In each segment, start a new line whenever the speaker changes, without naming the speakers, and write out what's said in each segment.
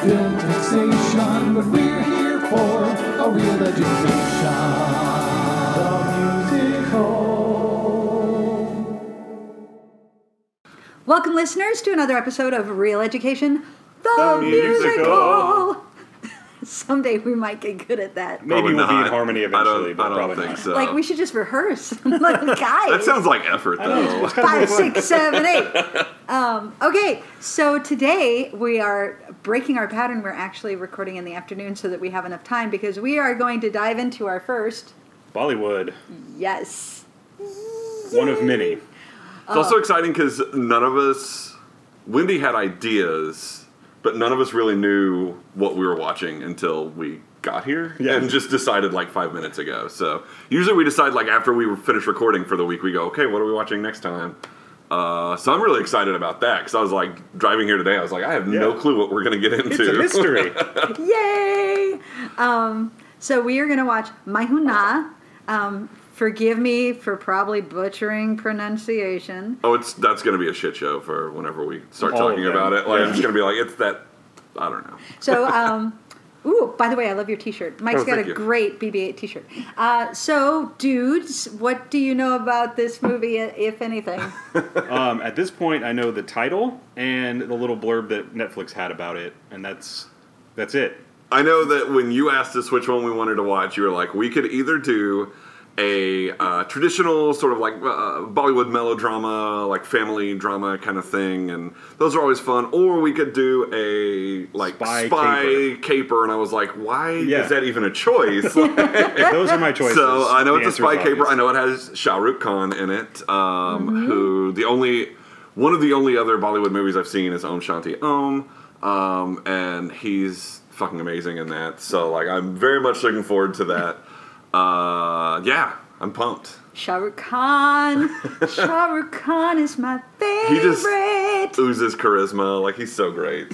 film fixation, but we're here for a real education. The musical.
Welcome, listeners, to another episode of Real Education, the,
The
musical.
Musical.
Someday we might get good at that.
Maybe
Probably
we'll be in
not.
harmony
I don't-
eventually,
I
but
don't,
probably
think
not.
so.
Like we should just rehearse, like guys.
that sounds like effort, though.
five, six, seven, eight. Um, okay, so today we are breaking our pattern. We're actually recording in the afternoon so that we have enough time because we are going to dive into our first
Bollywood,
yes.
one of many.
It's also exciting because none of us, Wendy had ideas, but none of us really knew what we were watching until we got here
Yeah.
and just decided like five minutes ago. So usually we decide like after we finish recording for the week, we go, okay, what are we watching next time? Uh, so I'm really excited about that because I was like driving here today. I was like, I have no
Yeah.
clue what we're gonna get into.
It's a mystery.
Yay! Um, so we are going to watch Maihuna. Um, forgive me for probably butchering pronunciation.
oh, it's that's gonna be a shit show for whenever we start
All of
talking
them.
about it. Like
Yeah.
I'm just gonna be like, it's that. I don't know.
So, um, ooh, by the way, I love your T-shirt. Mike's
Oh,
got a
thank you.
great BB-8 T-shirt. Uh, so, dudes, what do you know about this movie, if anything?
um, at this point, I know the title and the little blurb that Netflix had about it, and that's that's it.
I know that when you asked us which one we wanted to watch, you were like, we could either do a uh, traditional sort of like uh, Bollywood melodrama, like family drama kind of thing, and those are always fun, or we could do a like
Spy
spy,
caper.
caper. And I was like, why
Yeah.
is that even a choice? Like,
Those are my choices.
so I know
The
it's a
answer
spy
is
caper. I
obvious.
know it has Shah Rukh Khan in it, um, who the only one of the only other Bollywood movies I've seen is Om Shanti Om, um, and he's fucking amazing in that. So like I'm very much looking forward to that. Uh, yeah, I'm pumped.
Shah Rukh Khan. Shah Rukh Khan is my
He just
favorite.
oozes charisma. Like he's so great.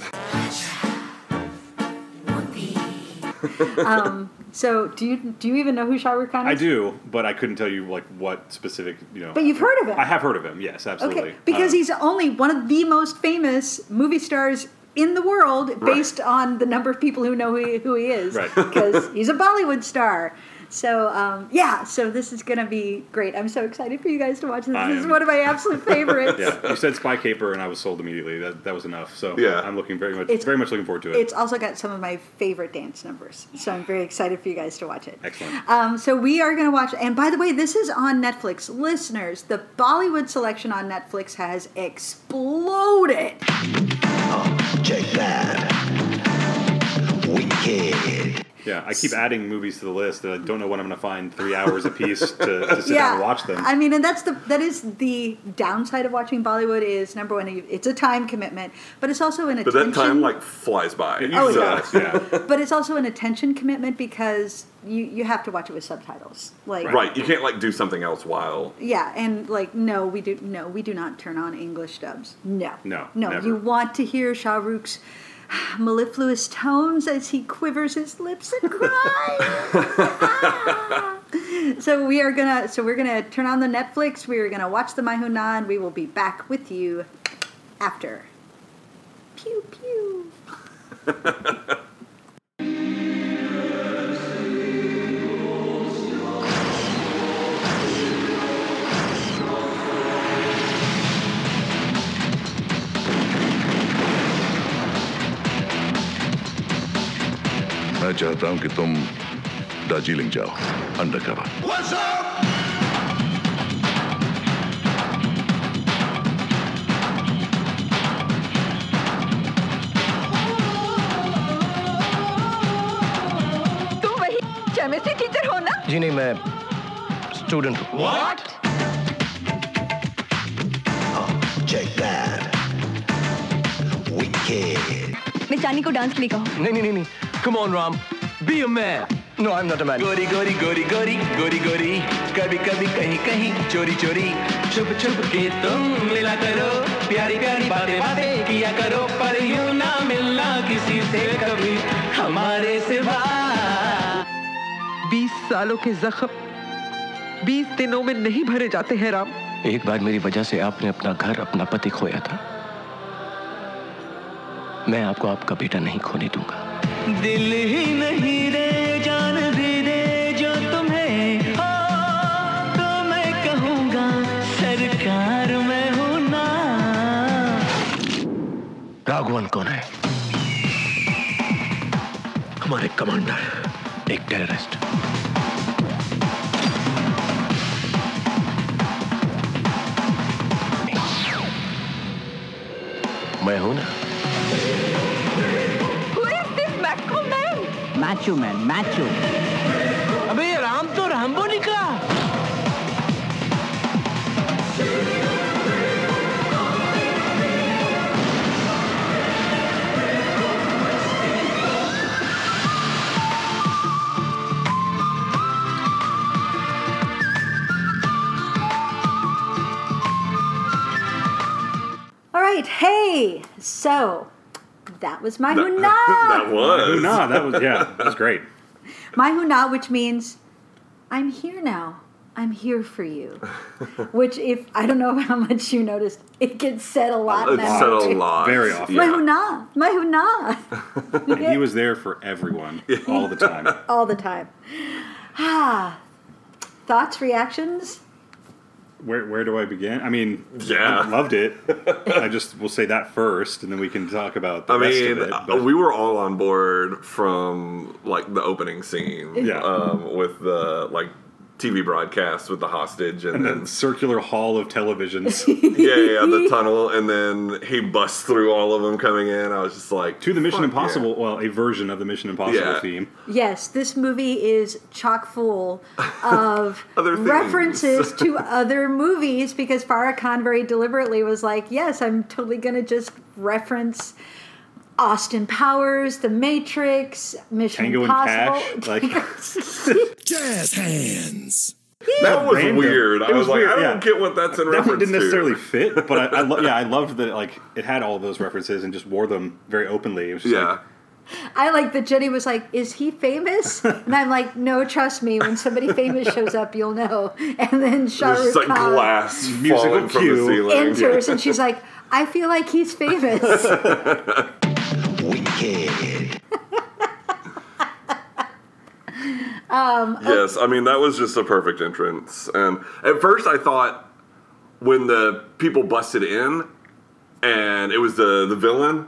So, do you do you even know who Shah Rukh Khan is?
I do, but I couldn't tell you like what specific you know.
But you've heard of him.
I have heard of him. Yes, absolutely.
Okay, because
Uh,
he's only one of the most famous movie stars in the world based on the number of people who know who he, who he is.
Right.
Because he's a Bollywood star. So, um, yeah, so this is going to be great. I'm so excited for you guys to watch this.
I
This is
am-
one of my absolute favorites.
yeah, you said spy caper, and I was sold immediately. That that was enough. So
Yeah.
I'm looking very much
It's-
very much looking forward to it.
It's also got some of my favorite dance numbers. So I'm very excited for you guys to watch it.
Excellent.
Um, so we are going to watch, and by the way, this is on Netflix. Listeners, the Bollywood selection on Netflix has exploded.
Check that. Wicked.
yeah, I keep adding movies to the list, and I don't know when I'm going to find three hours a piece to, to sit down and watch them.
I mean, and that's the that is the downside of watching Bollywood is number one, you- it's a time commitment, but it's also an
But
attention.
that time like flies by.
It
Oh,
usually
yeah.
does, yeah.
but it's also an attention commitment because you you have to watch it with subtitles. Like
Right, you can't like do something else while
Yeah, and like no, we do no, we do not turn on English dubs. No,
No,
no.
never.
You want to hear Shah Rukh's mellifluous tones as he quivers his lips and cries. Ah. So we are gonna, so we're gonna turn on the Netflix. We are gonna watch the Maihuna, and we will be back with you after. Pew pew.
मैं चाहता हूं कि तुम दार्जिलिंग जाओ undercover
What's up?
तुम वही chemistry teacher हो ना
जी नहीं मैं स्टूडेंट हूँ
Check that. Wicked.
मैं चानी को डांस के लिए कहूँ
नहीं नहीं नहीं नहीं come on Ram be a man no I am not a man
गोरी गोरी गोरी गोरी गोरी गोरी कभी कभी कहीं कहीं चोरी चोरी छुप छुप के तुम मिला करो प्यारी प्यारी बातें बातें किया करो पर यूं ना मिलना किसी से कभी हमारे सिवा
बीस सालों के जख्म बीस दिनों में नहीं भरे जाते हैं राम
एक बार मेरी वजह से आपने अपना घर अपना पति खोया था मैं आपको आपका बेटा नहीं खोने दूंगा
दिल ही नहीं रे जान भी रे जो तुम्हें हो तो मैं कहूँगा सरकार मैं हूँ ना
राघवन कौन है हमारे कमांडर एक टेररिस्ट मैं हूं ना
Who is this macho man?
Macho man macho अबे ये राम तो रामबो निकला
All right, hey, so that was my
That, that
huna.
was.
Nah, that was yeah, that was great.
my huna, which means I'm here now. I'm here for you. which, if I don't know how much you noticed, it gets said a lot.
It
now,
said a
too.
lot.
Very often.
My
Yeah.
huna, my huna,
And he was there for everyone all the time.
all the time. Ah, thoughts, reactions.
Where where do I begin? I mean,
Yeah.
I loved it. I just will say that first, and then we can talk about the
I
rest
mean,
of it.
uh,
but-
we were all on board from like the opening scene,
Yeah.
um, with the like TV broadcast with the hostage, and, then
that circular hall of televisions
yeah, yeah, the tunnel, and then he busts through all of them coming in. I was just like,
to the Mission
"Fuck
Impossible, well, a version of the Mission Impossible
Yeah.
theme.
Yes, this movie is chock full of
Other things.
references to other movies because Farrakhan very deliberately was like, "Yes, I'm totally going to just reference Austin Powers, The Matrix, Mission
Tango and
Impossible."
Cash. Like
Jazz hands.
yeah." That was
Random.
weird. I
It
was,
was
like,
weird,
I don't
yeah.
get what that's in
definitely
reference
didn't necessarily
to.
fit, but I, I lo- yeah, I loved that like it had all those references and just wore them very openly. It was just
Yeah,
like,
I like that Jenny was like, "Is he famous?" And I'm like, "No, trust me. When somebody famous shows up, you'll know." And then Shah
there's
Rukh
just like
Khan
glass
Musical
falling from the
cue.
ceiling.
enters, and she's like, "I feel like he's famous."
Wicked.
Yes, I mean that was just a perfect entrance. And at first, I thought when the people busted in, and it was the the villain.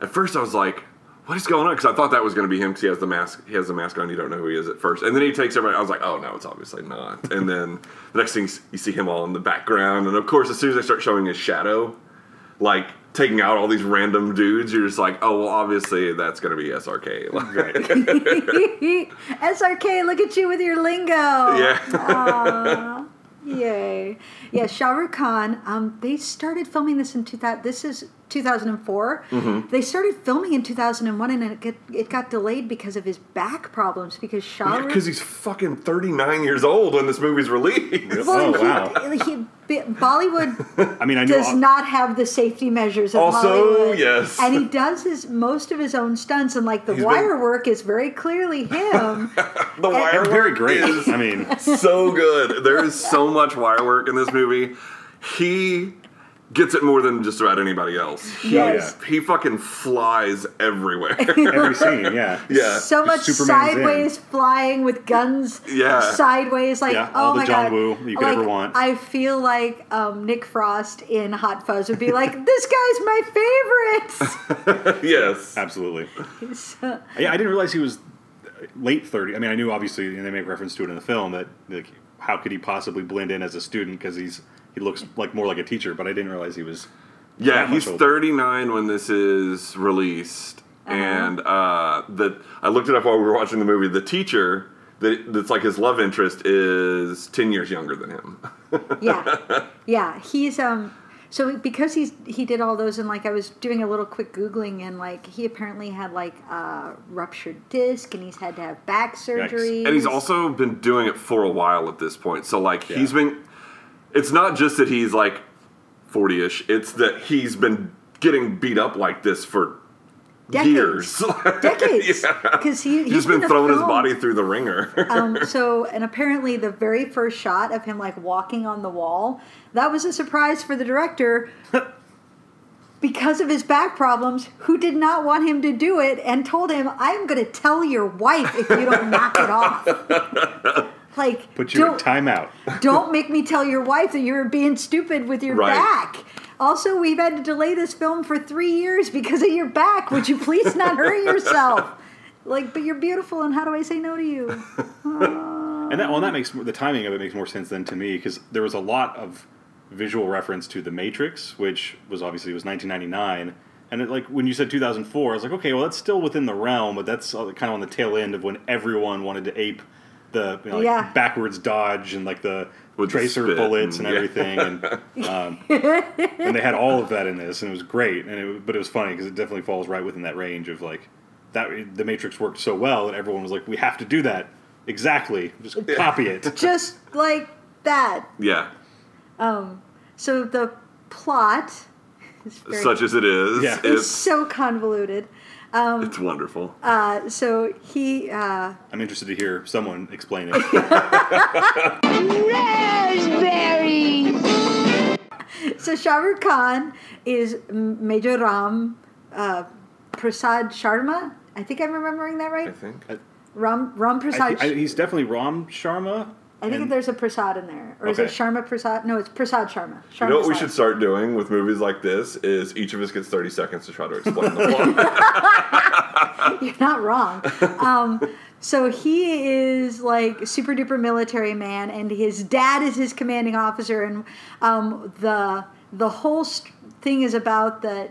At first, I was like, "What is going on?" Because I thought that was going to be him because he has the mask. He has the mask on. You don't know who he is at first, and then he takes everybody. I was like, "Oh no, it's obviously not." and then the next thing you see him all in the background, and of course, as soon as they start showing his shadow, like taking out all these random dudes, you're just like, "Oh well, obviously that's going to be SRK." Like,
right.
SRK, look at you with your lingo.
yeah,
Yay. Yeah, Shah Rukh Khan, um, they started filming this in 2000, this is 2004.
Mm-hmm.
They started filming in 2001 and it, get, it got delayed because of his back problems because Shah Rukh
because he's fucking 39 years old when this movie's released.
Well,
oh wow!
he- he- B- Bollywood
I mean, I
does
knew
not have the safety measures of
Also,
Hollywood.
yes.
And he does his most of his own stunts and like the
He's
wire
been-
work is very clearly him.
The wire
Oh, They're
work
very great.
is
I mean,
so good. There is so much wire work in this movie. He gets it more than just about anybody else.
Oh,
He,
Yes.
he fucking flies everywhere.
every scene, yeah,
yeah.
so much
Superman's in.
sideways flying with guns
Yeah.
sideways like
Yeah,
oh
all the
my
John
god
Woo you could
Like,
ever want.
i feel like um, nick frost in hot fuzz would be like this guy's my favorite
yes.
absolutely. yeah, I didn't realize he was uh, late thirty. I mean, I knew obviously, and they make reference to it in the film that like how could he possibly blend in as a student because he's he looks like more like a teacher, but I didn't realize he was.
Yeah,
that much
he's
older.
39 when this is released,
Uh-huh.
and uh, the I looked it up while we were watching the movie. The teacher that that's like his love interest is 10 years younger than him.
yeah yeah he's um so because he's he did all those and like i was doing a little quick googling and like he apparently had like a ruptured disc and he's had to have back surgery
And he's also been doing it for a while at this point. So like he's
Yeah.
been it's not just that he's like 40ish, it's that he's been getting beat up like this for
Decades.
years.
decades because he,
he's been,
a
throwing his
film-
body through the ringer.
Um, so, and apparently, the very first shot of him like walking on the wall that was a surprise for the director. because of his back problems, who did not want him to do it and told him, I'm going to tell your wife if you don't knock it off. Like,
Put you in
don't-
timeout.
don't make me tell your wife that you're being stupid with your
Right.
back. Also, we've had to delay this film for three years because of your back. Would you please not hurt yourself? Like, but you're beautiful, and how do I say no to you?
And that well, that makes the timing of it makes more sense than to me because there was a lot of visual reference to The Matrix, which was obviously it was 1999, and it, like when you said 2004, I was like, okay, well that's still within the realm, but that's uh, kind of on the tail end of when everyone wanted to ape the you know, like,
Yeah.
backwards dodge and like the
With the
tracer
spit
bullets and,
and- yeah.
everything, and um, and they had all of that in this, and it was great. And it, but it was funny because it definitely falls right within that range of like that. The Matrix worked so well that everyone was like, "We have to do that exactly. Just copy it."
Just like that.
Yeah,
Um, so the plot is very-
such as it is,
Yeah.
is
it's
so convoluted. Um,
it's wonderful.
uh, so he. Uh,
I'm interested to hear someone explain it.
Raspberry.
So Shah Rukh Khan is M- Major Ram uh, Prasad Sharma. I think I'm remembering that right.
think.
Ram Ram
I,
Prasad.
I, he's definitely Ram Sharma.
I think
and-
there's a Prasad in there, or is
Okay.
it Sharma Prasad? No, it's Prasad Sharma. Sharma
you know what we should start doing with movies like this is each of us gets 30 seconds to try to explain the plot.
You're not wrong. Um, so he is like super duper military man, and his dad is his commanding officer, and um, the the whole st- thing is about that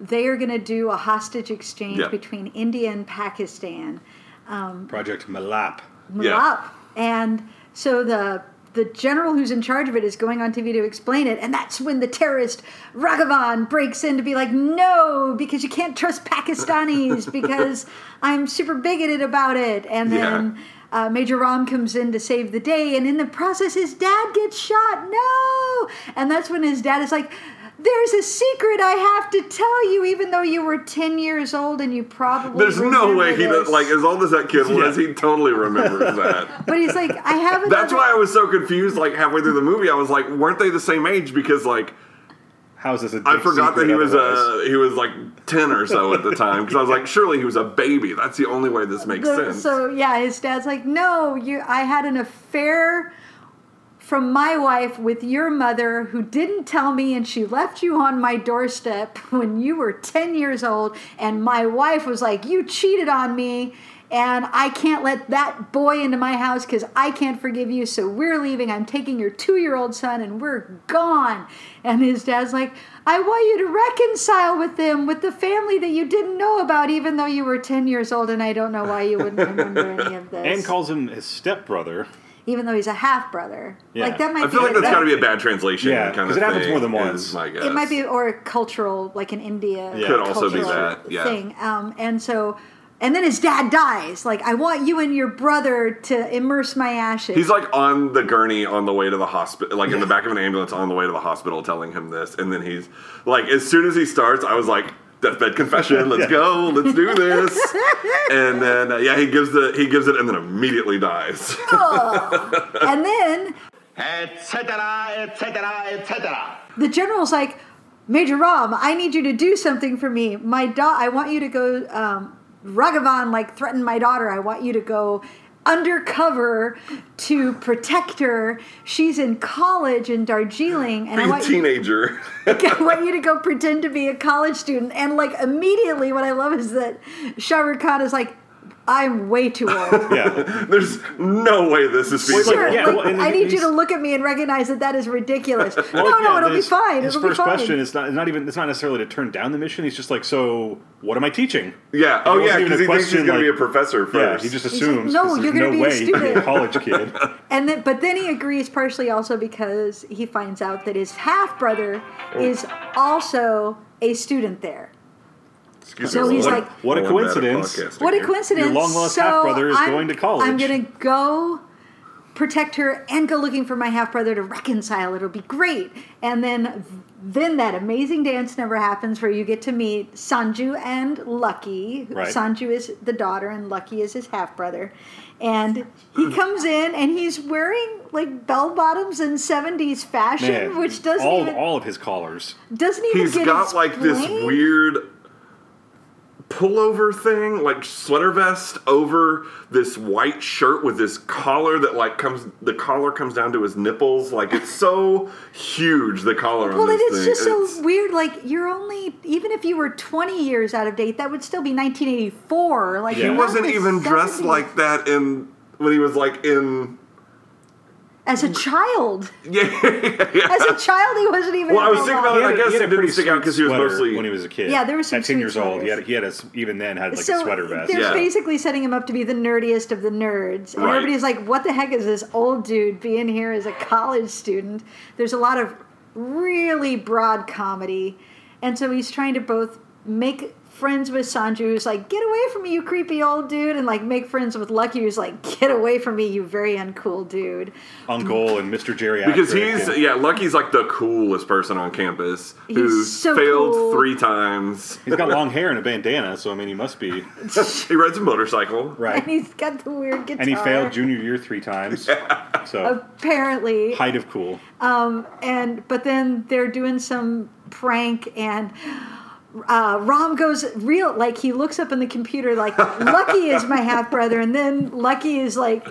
they are going to do a hostage exchange
Yeah.
between India and Pakistan. Um,
Project Malap.
Malap. And so the the general who's in charge of it is going on TV to explain it, and that's when the terrorist Raghavan breaks in to be like, "No, because you can't trust Pakistanis because I'm super bigoted about it." And
Yeah.
then uh, Major Ram comes in to save the day, and in the process, his dad gets shot. No, and that's when his dad is like. There's a secret I have to tell you, even though you were 10 years old and you probably.
There's no
remember
way he
this."
does, like, as old as that kid was, he totally remembers that.
But he's like, I have another.
That's why I was so confused, like, halfway through the movie. I was like, weren't they the same age? Because, like,
How is this a
I
big
forgot that
secret
he was uh,
otherwise?
he was like ten or so at the time because I was like, surely he was a baby. That's the only way this makes
The-
sense.
So yeah, his dad's like, "No, you. I had an affair from my wife with your mother, who didn't tell me, and she left you on my doorstep when you were ten years old. And my wife was like, you cheated on me." And I can't let that boy into my house because I can't forgive you. So we're leaving. I'm taking your two year old son and we're gone. And his dad's like, I want you to reconcile with them, with the family that you didn't know about, even though you were 10 years old, and I don't know why you wouldn't remember any of this.
and calls him his stepbrother.
even though he's a half brother.
Yeah.
Like, that might
I feel
be.
like that's got to be a bad translation.
Yeah,
kind of
'cause it happens
thing,
more than
is
once.
My guess.
It might be, or cultural, like in India.
Yeah. Could also be
cultural
that, yeah.
Thing. Um, and so, and then his dad dies. Like, I want you and your brother to immerse my ashes.
He's like on the gurney on the way to the hospital, like in the back of an ambulance on the way to the hospital, telling him this, and then he's like, as soon as he starts, I was like, deathbed confession, let's
Yeah.
go, let's do this, and then uh, yeah, he gives the he gives it, and then immediately dies.
and then
etc., etc., etc.
the general's like, Major Rom, I need you to do something for me. My da- I want you to go. Um, Ragavan like threatened my daughter. I want you to go undercover to protect her. She's in college in Darjeeling, and I
Being a
want you,
teenager.
I want you to go pretend to be a college student. And like immediately, what I love is that Shah Rukh Khan is like, I'm way too old.
yeah, there's no way this is feasible.
Sure, like, I need you to look at me and recognize that that is ridiculous.
Well,
no, Oh, no,
yeah,
it'll be
his-
fine.
His
It'll be
first
fine.
question is not, not even it's not necessarily to turn down the mission. He's just like, so what am I teaching?
Yeah.
It
Oh,
wasn't
yeah, 'cause
even a
he thinks he's
question,
gonna be
like-
a professor first.
Yeah, he just
He's like,
assumes.
"No,
'cause
you're
there's
gonna
no
be a
way you can be a
student."
college kid.
And then, but then he agrees partially also because he finds out that his half brother is also a student there.
Excuse
So
me,
he's
what,
like-
What a
I'm bad at
coincidence.
podcasting
What a
here.
coincidence!
Your long lost
so
half brother is
I'm-
going to college.
I'm gonna go protect her and go looking for my half brother to reconcile. It'll be great. And then then that amazing dance never happens where you get to meet Sanju and Lucky.
Right.
Sanju is the daughter and Lucky is his half brother. And
Hmm.
he comes in and he's wearing like bell bottoms in 70s fashion,
Man,
which doesn't
all,
even
all of his collars.
doesn't even
He's
get
got like this
explained.
weird pullover thing, like sweater vest over this white shirt with this collar that like comes the collar comes down to his nipples. Like it's so huge the collar
Well,
on
it
this
is
thing.
just so
It's-
weird. Like you're only even if you were 20 years out of date, that would still be 1984. Like
he
you're not
wasn't
in the
even dressed
70s.
like that in when he was like in
as a child.
yeah.
As a child, he wasn't even.
Well, I
in
was
the
thinking
law.
about it. I guess it didn't stick out because he was
sweater
mostly
when he was a kid.
Yeah, there was some
at ten
sweet
years old. He had he had a s- even then had like
so
a sweater vest.
they're basically setting him up to be the nerdiest of the nerds, and
Right.
everybody's like, "What the heck is this old dude being here as a college student?" There's a lot of really broad comedy, and so he's trying to both make friends with Sanju, who's like, "Get away from me, you creepy old dude," and like make friends with Lucky, who's like, "Get away from me, you very uncool dude."
Uncle and Mr. Jerry.
Because he's yeah, Lucky's like the coolest person on campus
He's
who
so
failed
cool.
three times.
He's got long hair and a bandana, so I mean he must be.
he rides a motorcycle,
right?
And he's got the weird guitar.
And he failed junior year three times. So
Apparently,
height of cool.
Um, and but then they're doing some prank and. Uh, Rom goes real like he looks up in the computer like Lucky is my half brother, and then Lucky is like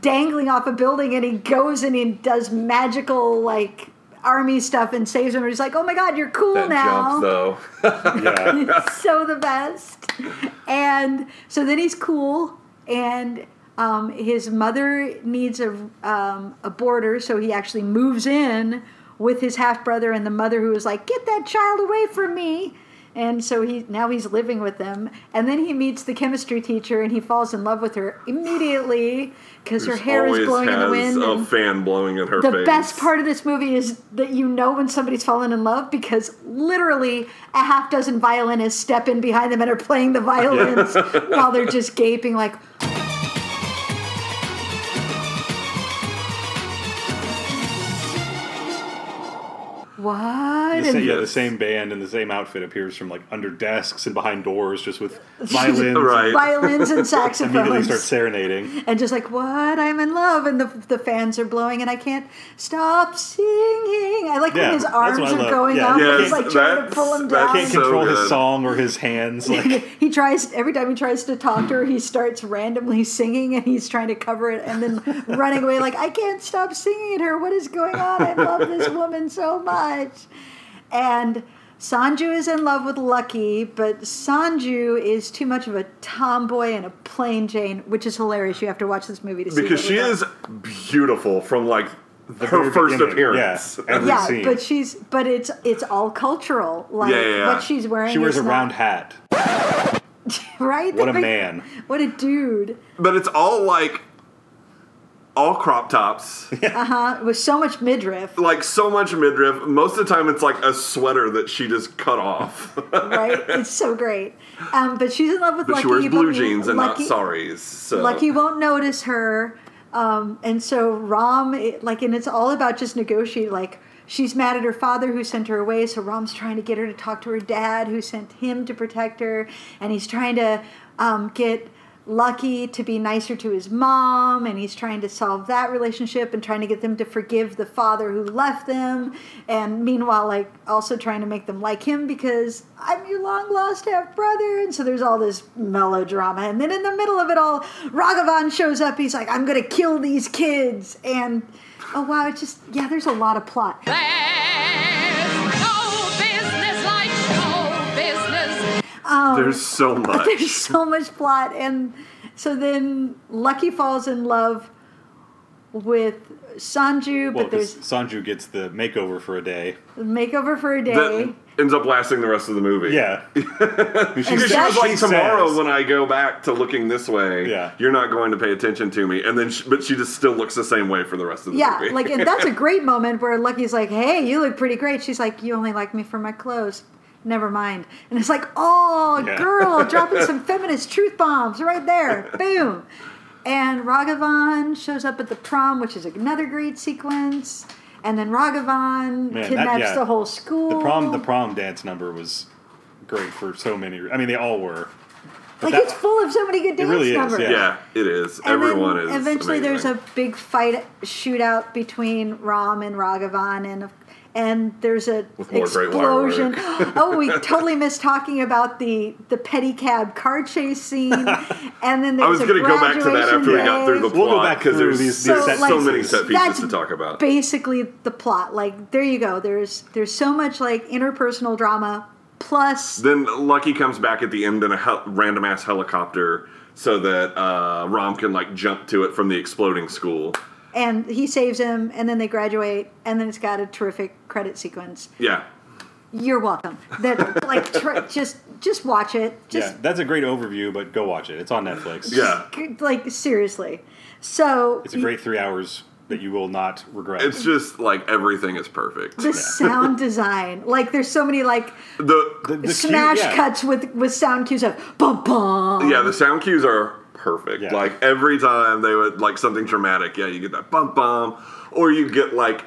dangling off a building, and he goes and he does magical like army stuff and saves him. And he's like, "Oh my god, you're cool
that
now!"
jump though.
It's so the best. And so then he's cool, and um, his mother needs a um, a boarder, so he actually moves in with his half brother and the mother, who is like, "Get that child away from me." And so he now he's living with them, and then he meets the chemistry teacher, and he falls in love with her immediately because her
Just
hair is
always
blowing in the
has
wind.
A
and-
fan blowing in her
the
face.
best part of this movie is that you know when somebody's fallen in love because literally a half dozen violinists step in behind them and are playing the violins while they're just gaping like what
The same,
And-
yeah, the same band and the same outfit appears from like under desks and behind doors, just with violins,
Right. Violins and
Immediately
saxophones.
start serenading.
and just like what i'm in love and the, the fans are blowing and i can't stop singing i like
Yeah,
when his
that's
arms
what I
are
love.
going
Yeah.
up
Yes,
he's like trying to pull him down
Can't control his song or his hands. Like
he tries every time he tries to talk to her he starts randomly singing and he's trying to cover it and then running away like i can't stop singing at her what is going on i love this woman so much and sanju is in love with lucky but sanju is too much of a tomboy and a plain jane which is hilarious you have to watch this movie to see
because
what
she
we're
is beautiful from like her
very
first
beginning,
appearance.
yeah. Every
yeah,
scene.
but she's but it's it's all cultural. Like
Yeah, yeah, yeah.
what she's wearing.
she wears
is
a
not-
round hat.
Right?
What a
Like,
man!
What a dude.
But it's all like all crop tops.
Uh huh. With so much midriff,
Like so much midriff. Most of the time, it's like a sweater that she just cut off.
right? it's so great. Um, but she's in love with
But
Lucky.
she wears blue
but
jeans and
Lucky-
not saris. So
Lucky won't notice her. Um, and so Rom, it, like, and it's all about just negotiate. Like, she's mad at her father who sent her away. So Rom's trying to get her to talk to her dad who sent him to protect her. And he's trying to um, get Lucky to be nicer to his mom. And he's trying to solve that relationship and trying to get them to forgive the father who left them. And meanwhile, like, also trying to make them like him because I'm your long lost half brother. And so there's all this melodrama. And then in the middle of it all, Ragavan shows up. He's like, I'm going to kill these kids. And oh, wow, it's just, yeah, there's a lot of plot. Um,
There's so much.
There's so much plot. And so then Lucky falls in love with Sanju,
Well,
but
'cause
there's
Sanju gets the makeover for a day.
makeover for a day.
that ends up lasting the rest of the movie.
Yeah.
Because she was
that's-
like,
She
tomorrow
says-
when I go back to looking this way, yeah. you're not going to pay attention to me. And then, she, but she just still looks the same way for the rest of the
Yeah,
movie.
like, and that's a great moment where Lucky's like, "Hey, you look pretty great." She's like, "You only like me for my clothes." Never mind. And it's like, "Oh,
Yeah.
girl, dropping some feminist truth bombs right there." Boom. And Ragavan shows up at the prom, which is another great sequence. And then Ragavan
Man, that-
kidnaps
yeah.
the whole school.
The prom, the prom dance number was great for so many. re- I mean, they all were.
like
that-
it's full of so many good
it
dance
really is.
numbers.
Yeah.
it is.
And then
Everyone is.
Eventually, there's
amazing.
a big fight shootout between Ram and Ragavan, and and there's a
With more great wire
explosion.
work.
oh, we totally missed talking about the the pedicab car chase scene, and then there's
I was
a
going to go back to that
graduation
after we got through
day.
the
We'll go
plot
back
because
through
there's,
these-
there's
these
so,
set pieces.
many set
That's
pieces to talk about.
basically the plot. Like there you go. There's there's so much like interpersonal drama plus
Then Lucky comes back at the end in a hel- random ass helicopter so that uh, Rom can like jump to it from the exploding school.
and he saves him and then they graduate and then it's got a terrific credit sequence
Yeah,
You're welcome. That like tr- just just watch it. Just
yeah, that's a great overview, but go watch it. It's on Netflix.
c- like seriously. So
it's a great three hours that you will not regret.
It's just like everything is perfect.
the sound design. Like there's so many like
The,
smash cuts with with sound cues of bum bum.
Yeah, the sound cues are perfect. Like every time they would like something dramatic. Yeah, you get that bump bump, or you get like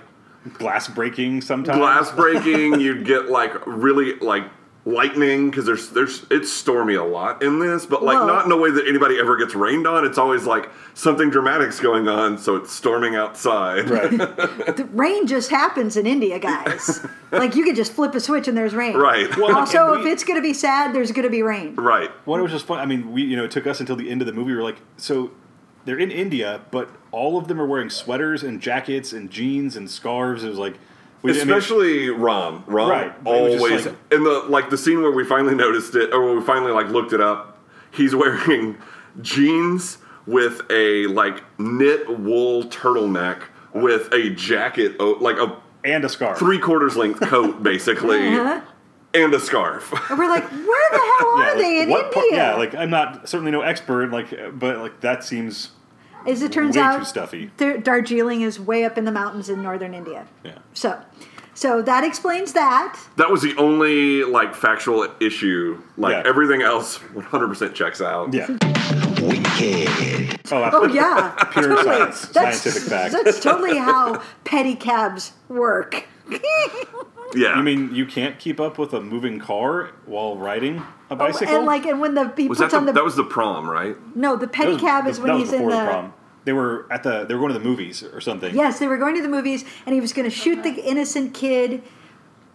glass breaking sometimes.
Glass breaking. you'd get like really like lightning because there's there's it's stormy a lot in this, but like
Whoa.
not in a way that anybody ever gets rained on. It's always like something dramatic's going on, so it's storming outside. Right.
The rain just happens in India, guys. like you could just flip a switch and there's rain.
Right. Well,
also,
and
if it's gonna be sad, there's gonna be rain.
Right.
What it was just fun. I mean, we you know it took us until the end of the movie. We were like, so they're in India, but all of them are wearing sweaters and jackets and jeans and scarves. It was like, we, I mean-
Especially Rom. Rom
Right. It was just
always
like-
in the like the scene where we finally noticed it or where we finally like looked it up, he's wearing jeans with a like knit wool turtleneck with a jacket o- like a
and a scarf.
Three quarters length coat basically
Uh-huh.
and a scarf.
And we're like, where the hell are
like,
they in
what part-
India?
yeah, like I'm not certainly no expert, like, but like that seems
As it turns
way
out,
too stuffy.
Dar- Darjeeling is way up in the mountains in northern India.
Yeah.
So, so that explains that.
That was the only like factual issue. Like everything else 100% checks out.
Yeah.
Wicked.
Oh yeah,
Pure
totally.
science, scientific fact.
That's totally how pedicabs work.
Yeah.
You mean you can't keep up with a moving car while riding a bicycle?
Oh, and like, and when the he
Was
puts
that
on
the-
the,
that
was the prom, right?
no, the
That was-
pedicab is
that
when
was
he's in
before
the.
prom. They were at the. They were going to the movies or something.
Yes, they were going to the movies, and he was going to shoot the innocent kid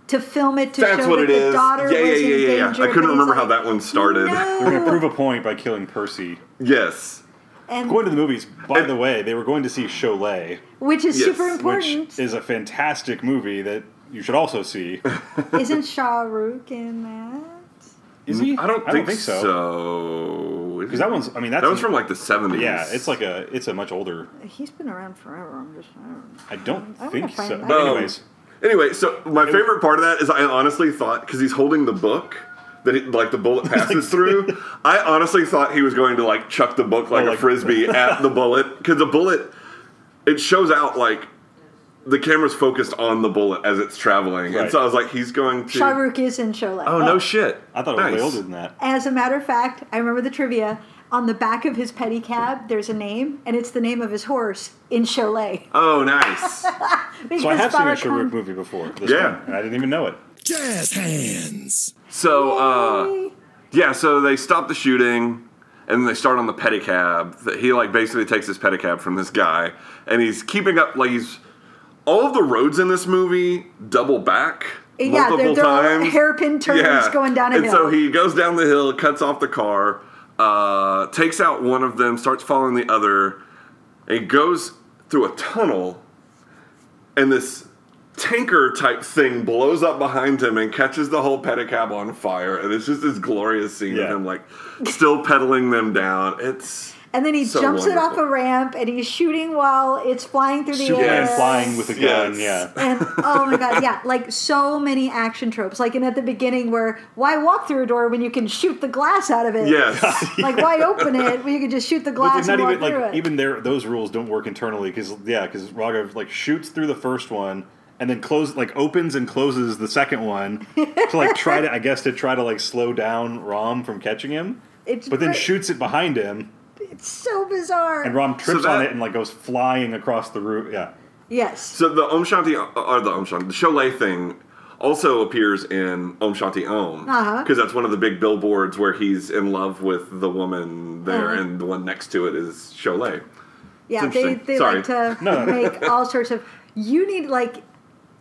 to film it to
That's
show
what
that
it
the
is.
daughter
Yeah, yeah,
was
yeah,
in
yeah, yeah.
danger.
I couldn't
but he's
remember
like,
how that one started.
They were going to prove a point by killing Percy.
Yes.
And
Going to the movies. By the way, they were going to see Cholet,
Which is Yes. super important.
Which is a fantastic movie that you should also see.
Isn't Shah Rukh in that?
Is he?
I don't,
Mm, I don't
think,
think so.
so.
Because that one's. I mean, that's
that was from like the 70s.
Yeah, it's like a. It's a much older.
He's been around forever. I'm just. I don't I
I don't
wanna
think
find
so.
that.
But anyways,
Anyway, so my favorite part of that is I honestly thought because he's holding the book that he, like the bullet passes through. I honestly thought he was going to like chuck the book
Oh,
like, a frisbee at the bullet because the bullet it shows out like the camera's focused on the bullet as it's traveling, and
Right. Ah,
so I was like, he's going to.
Shah Rukh is in Cholet.
oh no shit!
I thought it was way older than that.
As a matter of fact, I remember the trivia. On the back of his pedicab, there's a name, and it's the name of his horse in Cholet.
Oh, nice.
Because
so I have seen a
Farrakhan-
Sherwood movie before. This
Yeah.
one, and I didn't even know it.
Jazz hands.
So, uh, yeah, so they stop the shooting and then they start on the pedicab. That He, like, basically takes his pedicab from this guy and he's keeping up, like, he's. All of the roads in this movie double back
Yeah, they're,
multiple
they're all
times.
hairpin turns going down a
and
hill.
so he goes down the hill, cuts off the car, uh, takes out one of them, starts following the other, and he goes through a tunnel, and this tanker type thing blows up behind him and catches the whole pedicab on fire. And it's just this glorious scene of him like still pedaling them down. It's
and then he
so
jumps it off
wonderful.
a ramp, and he's shooting while it's flying through the air.
Superman flying with a gun. Yeah.
And oh my god, yeah, like so many action tropes. Like and at the beginning where why walk through a door when you can shoot the glass out of it?
Yes.
like why open it when you can just shoot the
But
glass
they're
and
not
walk
even like
through it?
even their those rules don't work internally because yeah because Raga like shoots through the first one and then close like opens and closes the second one to like try to I guess to try to like slow down Rom from catching him
It's
but then
pre-
shoots it behind him
It's so bizarre.
And Rom trips on it and like goes flying across the roof. Yeah.
Yes.
So the Om Shanti or the Om Shanti, the Cholet thing also appears in Om Shanti Om
Uh-huh.
because that's one of the big billboards where he's in love with the woman there,
Uh-huh.
and the one next to it is Cholet.
Yeah,
It's
they,
interesting.
they
Sorry.
like to
No, no.
make all sorts of. You need like.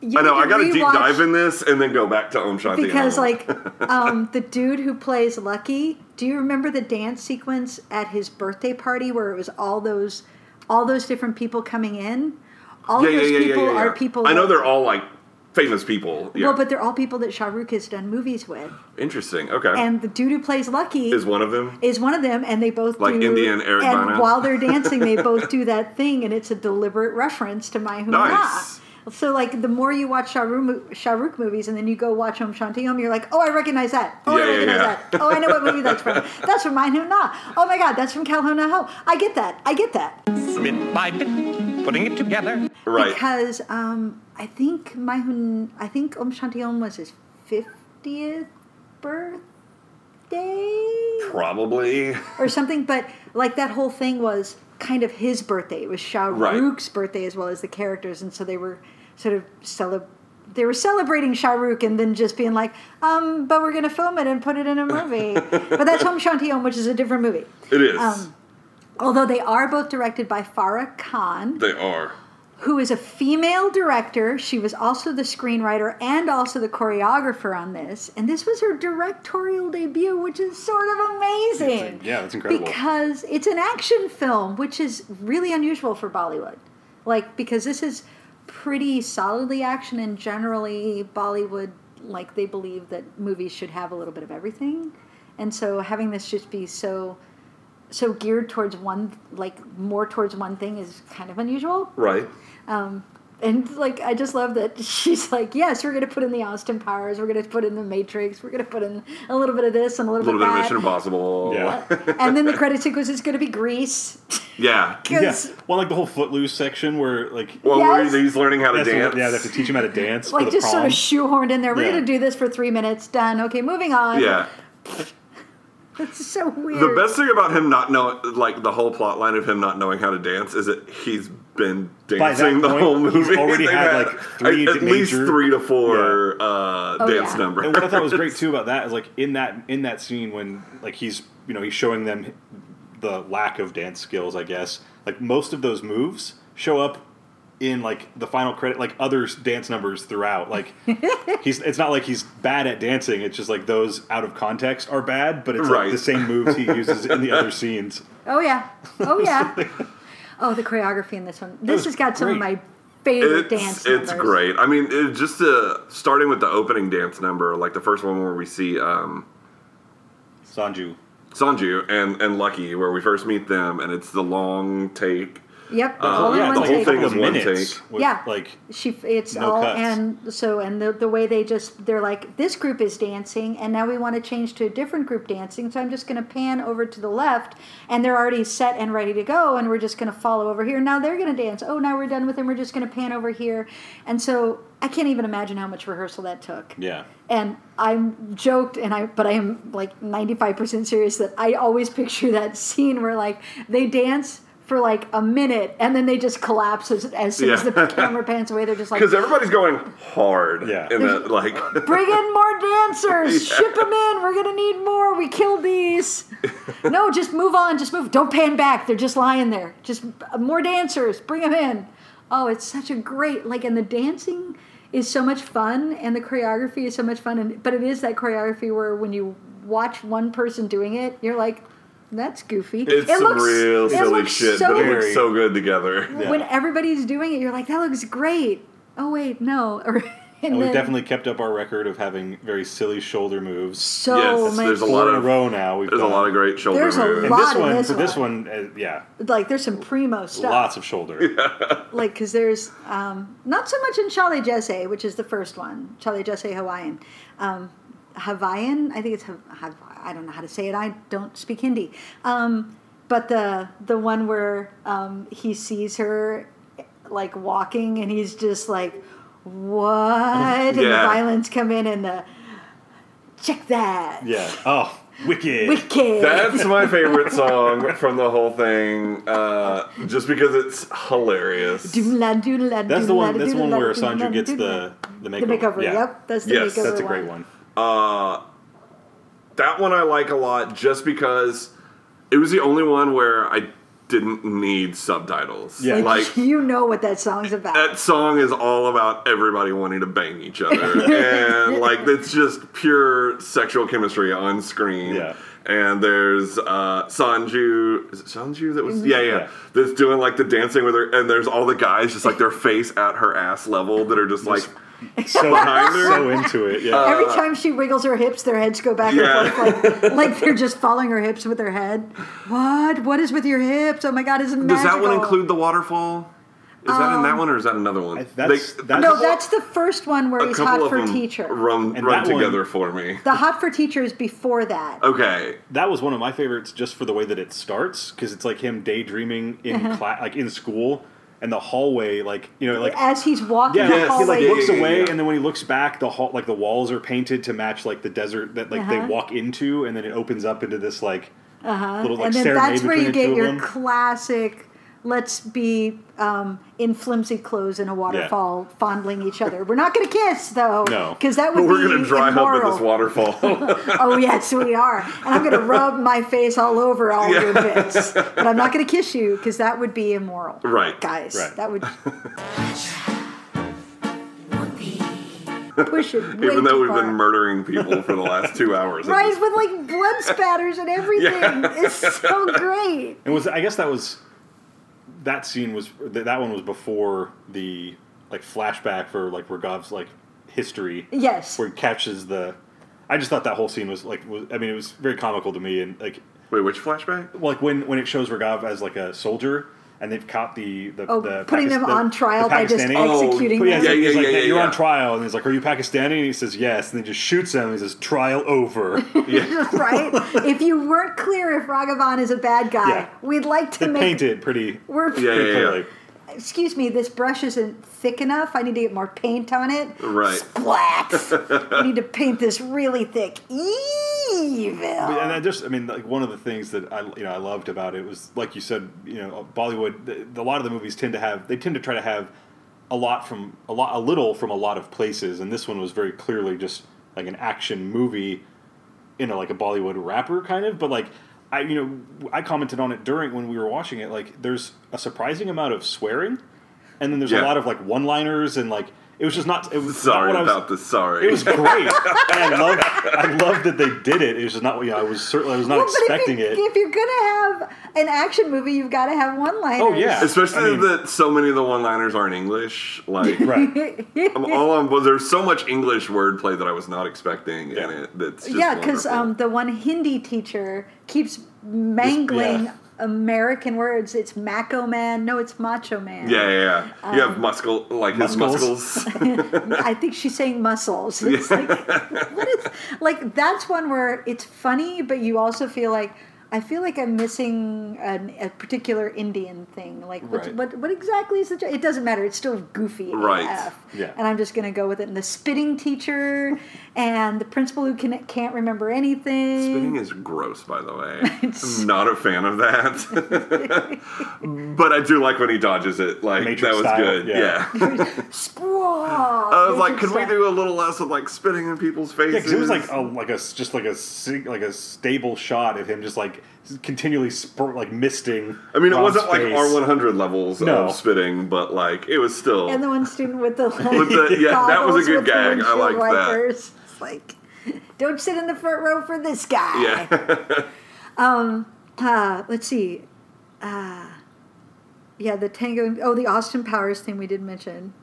You
I know.
need
I got to deep
rewatch
dive in this and then go back to Om Shanti
because
Om.
like um, the dude who plays Lucky. Do you remember the dance sequence at his birthday party where it was all those all those different people coming in? All
yeah, yeah,
those
yeah, yeah,
people
yeah, yeah.
are people.
I know they're all like famous people. Yeah.
Well, but they're all people that Shah Rukh has done movies with,
Interesting. Okay.
and the dude who plays Lucky
is one of them.
is one of them, and they both
Like
do,
Indian Eric
And
Bana?
while they're dancing, they both do that thing, and it's a deliberate reference to My Huna.
Nice.
So like the more you watch Shah Rukh, mo- Shah Rukh movies, and then you go watch Om Shanti Om, you're like, oh, I recognize that. Oh,
Yeah,
I
yeah,
recognize
yeah.
that. Oh, I know what movie that's from. That's from My Huna. Oh my God, that's from Calhona Ho. I get that. I get that.
Bit by bit, putting it together.
Because um, I think My Hun, I think Om Shanti Om was his fiftieth birthday.
Probably.
or something. But like that whole thing was kind of his birthday. It was Shah
Right.
Rukh's birthday as well as the characters, and so they were sort of celeb. They were celebrating Shah Rukh and then just being like, um, but we're going to film it and put it in a movie. but that's Home Shanti Om, which is a different movie.
It is.
Um, although they are both directed by Farah Khan
they are.
who is a female director. She was also the screenwriter and also the choreographer on this. And this was her directorial debut, which is sort of amazing.
Yeah, that's incredible.
Because it's an action film, which is really unusual for Bollywood. Like, because this is pretty solidly action, and generally, Bollywood, like, they believe that movies should have a little bit of everything. And so, having this just be so. So geared towards one, like more towards one thing, is kind of unusual.
Right.
Um, and like I just love that she's like, yes, we're gonna put in the Austin Powers, we're gonna put in the Matrix, we're gonna put in a little bit of this and a
A
little,
little bit of
of
Mission
that.
Impossible. Yeah.
and then the credit sequence is gonna be Grease.
yeah.
'Cause-
Yeah. Well, like the whole Footloose section where like
Well, where Yes. he's learning how to
That's the-
dance.
yeah, they have to teach him how to dance. for
like
the
just sort
prom.
of shoehorned in there. We're
Yeah.
gonna do this for three minutes. Done. Okay, moving on.
Yeah.
That's so weird.
The best thing about him not knowing, like the whole plot line of him not knowing how to dance, is that he's been
By that
dancing the
point,
whole
he's
movie.
already
They've
had, like, three
at, at least
major-
three to four uh,
Oh,
dance
yeah.
numbers.
And what I thought was great too about that is like in that in that scene when like he's you know he's showing them the lack of dance skills, I guess. Like most of those moves show up in like the final credit, like other s- dance numbers throughout. Like he's it's not like he's bad at dancing. It's just like those out of context are bad, but it's
Right.
like the same moves he uses in the other scenes.
Oh yeah. Oh yeah. oh, the choreography in this one. This
was
has got some of
great.
my favorite
it's,
dance
It's
numbers.
great. I mean, it, just uh, starting with the opening dance number, like the first one where we see um,
Sanju,
Sanju, and and Lucky, where we first meet them, and it's the long take.
Yep.
Uh,
all in
yeah,
one
the whole
take.
thing is one take.
with,
yeah,
like,
she. It's
no
all
cuts.
and so and the the way they just they're like this group is dancing and now we want to change to a different group dancing. So I'm just going to pan over to the left and they're already set and ready to go and we're just going to follow over here. Now they're going to dance. Oh, now we're done with them. We're just going to pan over here. And so I can't even imagine how much rehearsal that took.
Yeah.
And I'm joked, and I but I am like 95% serious that I always picture that scene where like they dance for like a minute and then they just collapse as, as soon as
Yeah.
the camera pans away. They're just like,
Because everybody's going hard. Yeah. In the, like.
bring in more dancers,
Yeah.
ship them in. We're gonna need more. We killed these. no, just move on. Just move. Don't pan back. They're just lying there. Just uh, more dancers. Bring them in. Oh, it's such a great like, and the dancing is so much fun, and the choreography is so much fun. And but it is that choreography where when you watch one person doing it, you're like, that's goofy.
It's
it
some real
it
silly
looks
shit,
so
but it looks so good together.
when everybody's doing it, you're like, that looks great. Oh wait, no. and
And, we've
then-
definitely kept up our record of having very silly shoulder moves.
So Yes, many.
there's a
Four
lot
in a
of-
row now. We've
there's a
done.
lot of great shoulder
There's a moves.
And
lot
this
in
one,
this
for this
one.
one, uh, yeah,
like there's some primo stuff.
lots of shoulder.
Like because there's um, not so much in Chale Jesse, which is the first one, Chale Jesse Hawaiian, um, Hawaiian. I think it's Hav- Hav- I don't know how to say it. I don't speak Hindi. Um, but the the one where um, he sees her like walking and he's just like, what? And the
Yeah.
violins come in and the check that.
Yeah. Oh, Wicked.
Wicked.
That's my favorite song from the whole thing, uh, just because it's hilarious.
Doodla, doodla,
That's the one.
doodla,
That's the one
doodla,
where
doodla,
Sanju gets
doodla.
the the
The
makeover.
makeover, yep. That's the
Yes,
makeover.
That's a great one.
Uh, that one I like a lot just because it was the only one where I didn't need subtitles.
Like,
Like,
you know what that song's about.
that song is all about everybody wanting to bang each other. and, like, it's just pure sexual chemistry on screen. Yeah. And there's uh, Sanju. Is it Sanju that
Mm-hmm.
was?
Mhm.
Yeah,
Yeah.
yeah. That's doing like the dancing with her. And there's all the guys just like their face at her ass level that are just like
so
behind her.
so into it. Yeah.
Every
Uh,
time she wiggles her hips, their heads go back
Yeah.
and forth, like, like they're just following her hips with their head. What? What is with your hips? Oh my God! Isn't
Does that one
magical. Um,
include the waterfall? Is that in that one or is that another one?
that's-
They-
that's-
No, that's the first one where
a
he's
couple
hot
of
for
them
teacher.
Run,
And
run
that one-
together for me.
The hot for teacher is before that.
Okay.
That was one of my favorites, just for the way that it starts, because it's like him daydreaming in
Uh-huh.
class, like in school, and the hallway, like you know, like
As he's walking,
yeah,
the
like, he like
hallway.
looks away, and then when he looks back, the hall, like the walls are painted to match like the desert that like they
Uh-huh.
walk into, and then it opens up into this like
Uh-huh.
little, like,
and then
serenade
that's where
between
you
the two
get
of
your
them.
classic let's be um, in flimsy clothes in a waterfall fondling each other. We're not going to kiss, though.
No.
Because that
But
would
we're
be
gonna dry
immoral.
hump in this waterfall.
oh, yes, we are. And I'm going to rub my face all over all your bits. But I'm not going to kiss you because that would be immoral.
Right.
Guys,
Right.
that would push it way
Even though
too
we've
far.
been murdering people for the last two hours. at
Right,
this-
with like blood spatters and everything. It's so great.
And was I guess that was that scene was th- that one was before the like flashback for like Rogov's like history.
Yes.
where he catches the. I just thought that whole scene was like was, I mean it was very comical to me and like.
Wait, which flashback?
Like when when it shows Rogov as like a soldier. And they've caught the the,
Oh,
the
putting them
the-
on
the
trial by just
Pakistani- Oh,
executing
yeah,
them.
he's like-
Yeah,
he's
yeah,
like,
yeah, yeah,
You're on
yeah.
trial, and he's like, "Are you Pakistani?" And he says, "Yes." And then just shoots him. and He says, "Trial over."
Just right. if you weren't clear if Ragavan is a bad guy,
Yeah.
we'd like to
They
make.
paint it pretty.
We're-
pretty
Yeah, yeah, yeah.
clearly.
Excuse me, this brush isn't thick enough. I need to get more paint on it.
Right.
I need to paint this really thick. Evil.
But-
Um,
And I just, I mean, like one of the things that I, you know, I loved about it was, like you said, you know, Bollywood. The, the- a lot of the movies tend to have, they tend to try to have a lot from a lot, a little from a lot of places, and this one was very clearly just like an action movie, you know, like a Bollywood rapper kind of. But like, I, you know, I commented on it during when we were watching it. Like, there's a surprising amount of swearing, and then there's
Yeah.
a lot of like one-liners and like. It was just not. It was
Sorry
not what I was,
about the sorry.
it was great. and I love I love that they did it. It was just not you know, I was certainly I was not
Well, but
expecting
if, you,
it.
if you're gonna have an action movie, you've got to have one liners.
Oh,
Especially that so many of the one-liners aren't English. Like, I'm all
right.
on. Well, there's so much English wordplay that I was not expecting in it. That's just
yeah, because
wonderful.
um, the one Hindi teacher keeps mangling
Yeah.
American words. It's Macho Man. No, it's Macho Man.
yeah, yeah, yeah. you have
um,
muscle like his
Muscles.
muscles.
I think she's saying muscles. It's like, what is, like, that's one where it's funny, but you also feel like, I feel like I'm missing an, a particular Indian thing. Like, what's,
Right.
what, what exactly is the. jo- It doesn't matter. It's still goofy.
Right.
AF.
Yeah.
And I'm just going to go with it. And the spitting teacher, and the principal who can, can't remember anything.
Spinning is gross, by the way. I'm not a fan of that. but I do like when he dodges it. Like
Matrix
that was
style,
good.
yeah.
Yeah. I
I
was like, could we do a little less of like spitting in people's faces?
Yeah, 'cause it was like a like a s- just like a sig- like a stable shot of him just like s- continually spur, like misting.
I mean, it
Rob's
wasn't like
face.
R100 levels
No.
of spitting, but like it was still.
And the one student with the, like,
With the- yeah, that was
goggles
a good
with the
gag. I
windshield
liked that.
wipers. It's like, don't sit in the front row for this guy.
yeah.
Um, uh, let's see. Uh, yeah, the tango. Oh, the Austin Powers thing we did mention.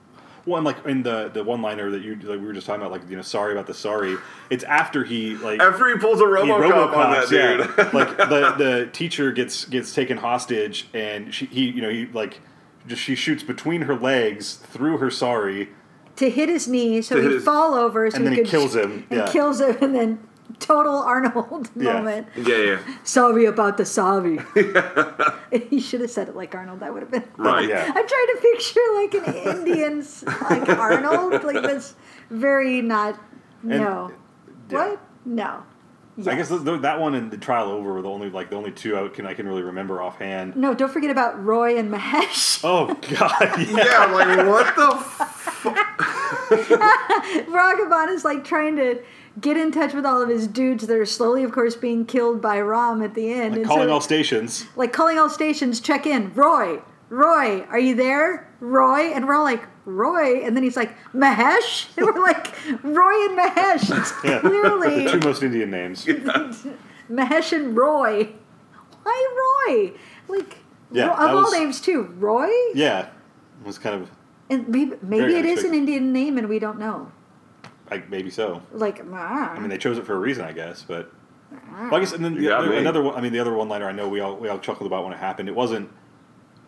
One like in the the one liner that you like, we were just talking about, like you know, sorry about the sorry. It's after he like
After he pulls a Robocop, on that
Robocops,
dude.
yeah. like the the teacher gets gets taken hostage, and she he you know he like just she shoots between her legs through her sorry.
To hit his knee, so
To hit
he'd
his-
fall over. So
and then he
could
kills him,
And
yeah.
kills him, and then total Arnold moment.
Yeah, yeah.
Sorry about the sorry. he should have said it like Arnold. That would have been
Right. Yeah.
I'm trying to picture like an Indian, s- like Arnold. Like that's very not.
And-
No. What? No.
I guess th- th- that one and the trial over were the only like the only two I can I can really remember offhand.
No, don't forget about Roy and Mahesh.
Oh God, yeah,
I'm like what the
Ragavan is like trying to get in touch with all of his dudes that are slowly, of course, being killed by Rom at the end.
Like
And so-
calling all stations.
like calling all stations, check in. Roy, Roy, are you there? Roy, and we're all like Roy, and then he's like Mahesh, and we're like Roy and Mahesh. It's
Yeah,
clearly
the two most Indian names.
Mahesh and Roy. Why Roy? Like
Yeah,
Ro-
that
of
was-
all names too, Roy.
Yeah, it was kind of
And maybe, maybe it is
unexpected.
an Indian name, and we don't know.
like maybe so.
Like, ah,
I mean, they chose it for a reason, I guess. But
Mm.
well, I guess and then the
You got
other-
me.
another one. I mean, the other one liner I know we all we all chuckled about when it happened. It wasn't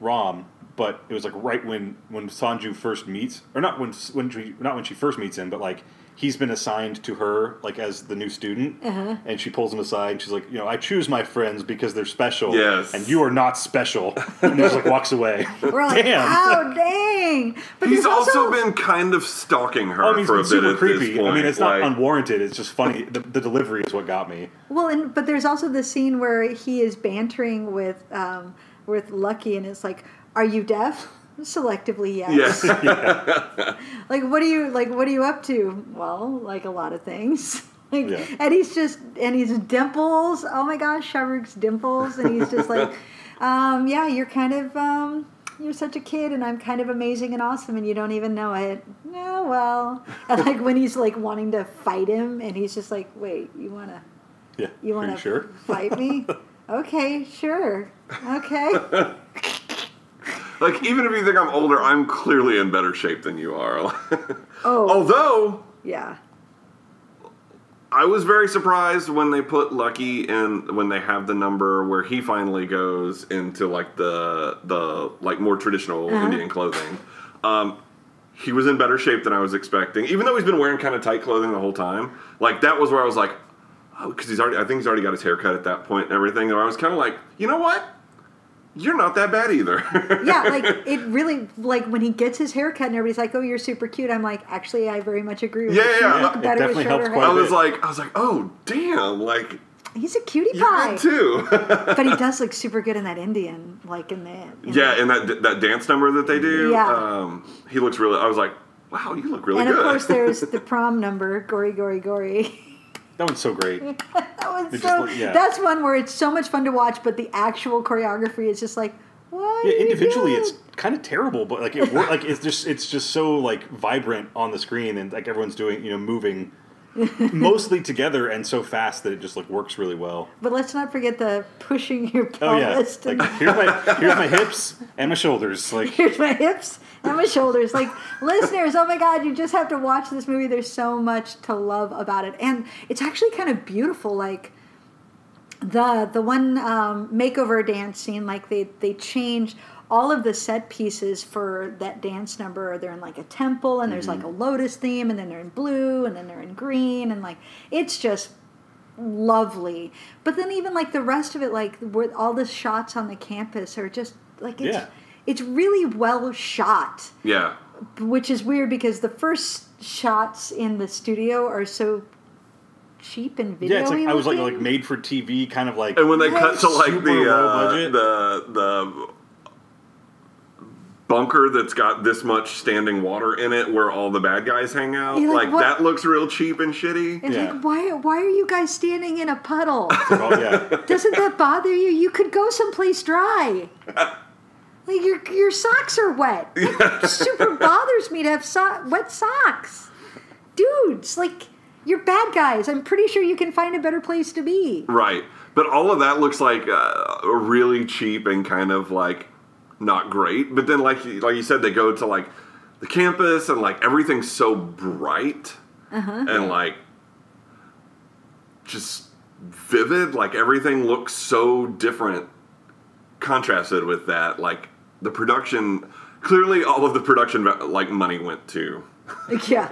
Rom, but it was like right when when Sanju first meets, or not when when she, not when she first meets him, but like he's been assigned to her like as the new student,
Uh-huh.
and she pulls him aside. and She's like, you know, I choose my friends because they're special,
Yes.
and you are not special. and he just like walks away.
we're all like,
Damn.
oh dang. But
He's
there's
also, been kind of stalking her
I mean, it's
for a
Oh, been
bit
super
at
creepy.
this point.
I mean, it's not
like-
unwarranted. It's just funny. the, the delivery is what got me.
Well, and but there's also the scene where he is bantering with um, with Lucky, and it's like, "Are you deaf?" Selectively, yes.
Yes.
Like, what are you like? What are you up to? Well, like a lot of things. Like,
Yeah.
and he's just and he's dimples. Oh my gosh, Shahruk's dimples, and he's just like, um, yeah, you're kind of um, you're such a kid, and I'm kind of amazing and awesome, and you don't even know it. No, well, and like when he's like wanting to fight him, and he's just like, wait, you wanna.
Yeah.
You
Are
want to
sure?
fight me? okay, sure. Okay. Oh,
like, even if you think I'm older, I'm clearly in better shape than you are.
Oh.
Although
Yeah.
I was very surprised when they put Lucky in when they have the number where he finally goes into like the the like more traditional
Uh-huh.
Indian clothing. Um, he was in better shape than I was expecting, even though he's been wearing kind of tight clothing the whole time. Like that was where I was like, oh, because he's already I think he's already got his hair cut at that point and everything. Where I was kind of like, you know what, you're not that bad either.
Yeah, like it really like when he gets his hair cut and everybody's like, "Oh, you're super cute." I'm like, "Actually, I very much agree with
Yeah,
you.
yeah,
You
yeah.
look
It
better with
definitely
shorter
helps
hair."
I was like, I was like, oh damn, like
He's a cutie
you
pie.
did too.
but he does look super good in that Indian like in the in
Yeah, and that that dance number that they do.
Yeah.
Um, he looks really. I was like, wow, you look really
and
good.
of course, there's the prom number, gory, gory, gory.
That one's so great.
That was
It just
so.
look- yeah.
That's one where it's so much fun to watch, but the actual choreography is just like, what?
Yeah,
are you
individually,
doing?
it's kind of terrible, but like it, wor- like it's just it's just so like vibrant on the screen, and like everyone's doing you know moving mostly together and so fast that it just like works really well.
But let's not forget the pushing your
Oh yeah,
pelvis to
like here's my here's my hips and my shoulders. Like
Here's my hips and my shoulders. Like, listeners, oh my God, you just have to watch this movie. There's so much to love about it. And it's actually kind of beautiful. Like, the the one um, makeover dance scene, like they they change all of the set pieces for that dance number. They're in like a temple, and there's like
Mm-hmm.
a lotus theme, and then they're in blue, and then they're in green, and like it's just lovely. But then even like the rest of it, like with all the shots on the campus are just like it's
Yeah.
it's really well shot
yeah.
which is weird because the first shots in the studio are so cheap and video
yeah, it's like I was like like made for TV kind of like.
And when they cut to like
super
the
low
uh,
budget,
the the bunker that's got this much standing water in it where all the bad guys hang out,
You're like,
like
what?
that looks real cheap and shitty.
and like why why are you guys standing in a puddle?
yeah.
Doesn't that bother you? You could go someplace dry. Like your your socks are wet. It super bothers me to have so- wet socks. Dudes, like you're bad guys. I'm pretty sure you can find a better place to be.
Right. But all of that looks like uh, really cheap and kind of like not great. But then, like you- like you said, they go to like the campus and like everything's so bright
Uh-huh.
and like just vivid. Like everything looks so different. Contrasted with that, like the production, clearly all of the production like money went to
yeah.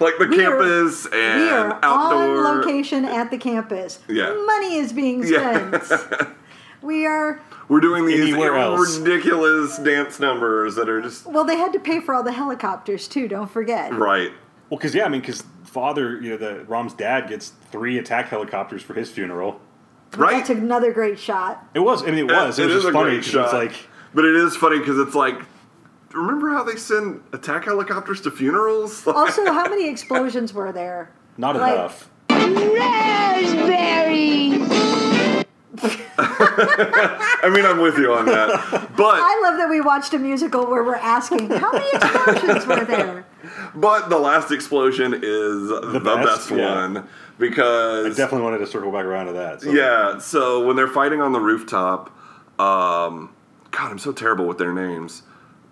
like the
We are-
campus and
we are
outdoor
on location at the campus.
Yeah.
Money is being spent. We are
We're doing these
Anywhere else.
ridiculous dance numbers that are just
well. They had to pay for all the helicopters too. Don't forget.
right.
Well, because yeah, I mean, because father, you know, the Rom's dad gets three attack helicopters for his funeral.
That's another great shot.
It was. I mean, it was. It, was just funny. 'cause It's like
but it is funny because it's like, remember how they send attack helicopters to funerals?
Also, how many explosions were there?
not
like-
enough.
I mean, I'm with you on that, but
I love that we watched a musical where we're asking how many explosions were there.
but the last explosion is the,
best,
best,
yeah.
one because
I definitely wanted to circle back around to that. So.
Yeah, so when they're fighting on the rooftop, um, God, I'm so terrible with their names.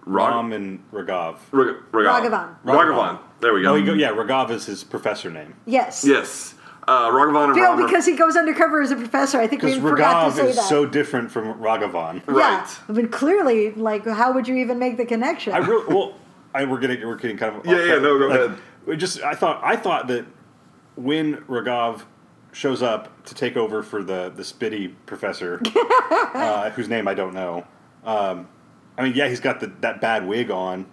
Rog-
Rom and Raghav.
Rag- Ragavan.
Ragavan.
Ragavan. There we go.
Oh, he go- yeah, Raghav is his professor name.
Yes.
Yes. Uh, Ragavan and
Bill,
Ram are-
because he goes undercover as a professor. I think we
Because
forgot to
Raghav
say
is
that.
so different from Ragavan.
yeah.
Right.
I mean, clearly, like, how would you even make the connection?
I really well. I we're getting we're getting kind of
Yeah, yeah, no, go
Like,
ahead.
We just I thought I thought that when Ragav shows up to take over for the the Spitty professor, uh, whose name I don't know. Um, I mean, yeah, he's got the, that bad wig on,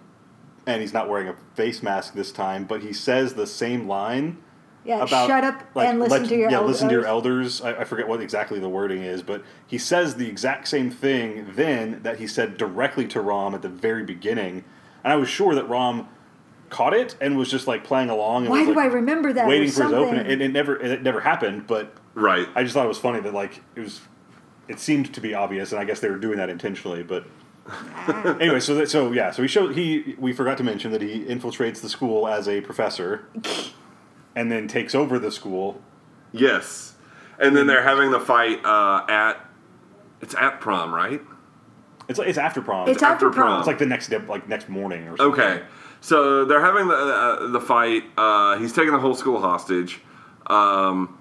and he's not wearing a face mask this time, but he says the same line.
yeah,
about
shut up
like,
and listen
let-
to your
yeah,
elders.
listen to your elders. I, I forget what exactly the wording is, but he says the exact same thing then that he said directly to Rom at the very beginning, and I was sure that Rom caught it and was just like playing along. And
Why
was,
do
like,
I remember that? or
Waiting for his opening,
something?
and it never it never happened. But
Right.
I just thought it was funny that like it was, it seemed to be obvious, and I guess they were doing that intentionally, but.
Ah.
anyway, so that, so yeah, so he showed he we forgot to mention that he infiltrates the school as a professor, and then takes over the school.
Yes. And
Mm-hmm.
then they're having the fight uh, at it's at prom, right?
It's like- it's after prom.
It's after
after
prom.
prom.
It's like the next day, like next morning or something.
Okay. So they're having the uh, the fight. Uh, he's taking the whole school hostage, um,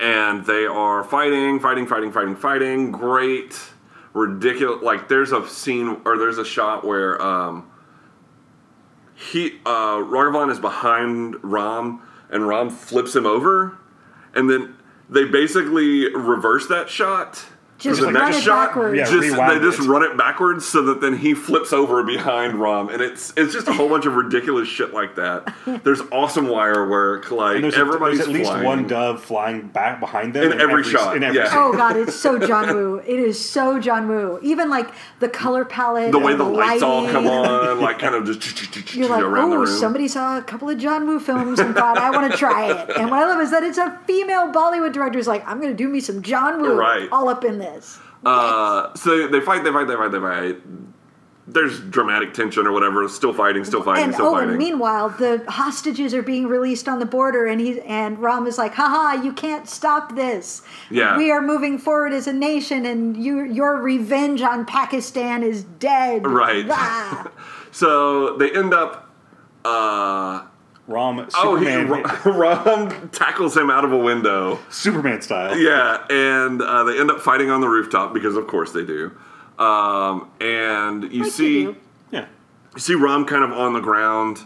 and they are fighting, fighting, fighting, fighting, fighting. Great, ridiculous. Like there's a scene or there's a shot where um, he uh, Ragavan is behind Rom, and Rom flips him over, and then they basically reverse that shot. to
Just
the
like
next
run it
shot,
backwards. Yeah,
just they
rewind
just
it.
run it backwards so that then he flips over behind Rom, and it's it's just a whole bunch of ridiculous shit like that. There's awesome wire work, like
And there's, a-
everybody's
there's at least
flying.
one dove flying back behind them
In every
s-
shot,
In every
yeah.
scene.
Oh God, it's so John Woo. It is so John Woo. Even like the color palette,
The way
and
the lights all come
lighting.
on, like kind of just
You're like,
around the
oh,
room.
somebody saw a couple of John Woo films and thought, I want to try it. And what I love is that it's a female Bollywood director who's like, I'm going to do me some John Woo
Right.
all up in this.
Uh, so they fight, they fight, they fight, they fight. There's dramatic tension or whatever. Still fighting, still fighting,
and
still
oh,
fighting.
and meanwhile, the hostages are being released on the border, and he and Ram is like, "Haha, you can't stop this.
Yeah.
We are moving forward as a nation, and you, your revenge on Pakistan is dead." Ah,
Right.
Rah.
so they end up. Uh,
Rom
oh, he,
Superman,
Rom tackles him out of a window.
Superman style.
yeah, and uh, they end up fighting on the rooftop because, of course, they do. Um, and you
Like
see,
you do.
you,
yeah.
see Rom kind of on the ground,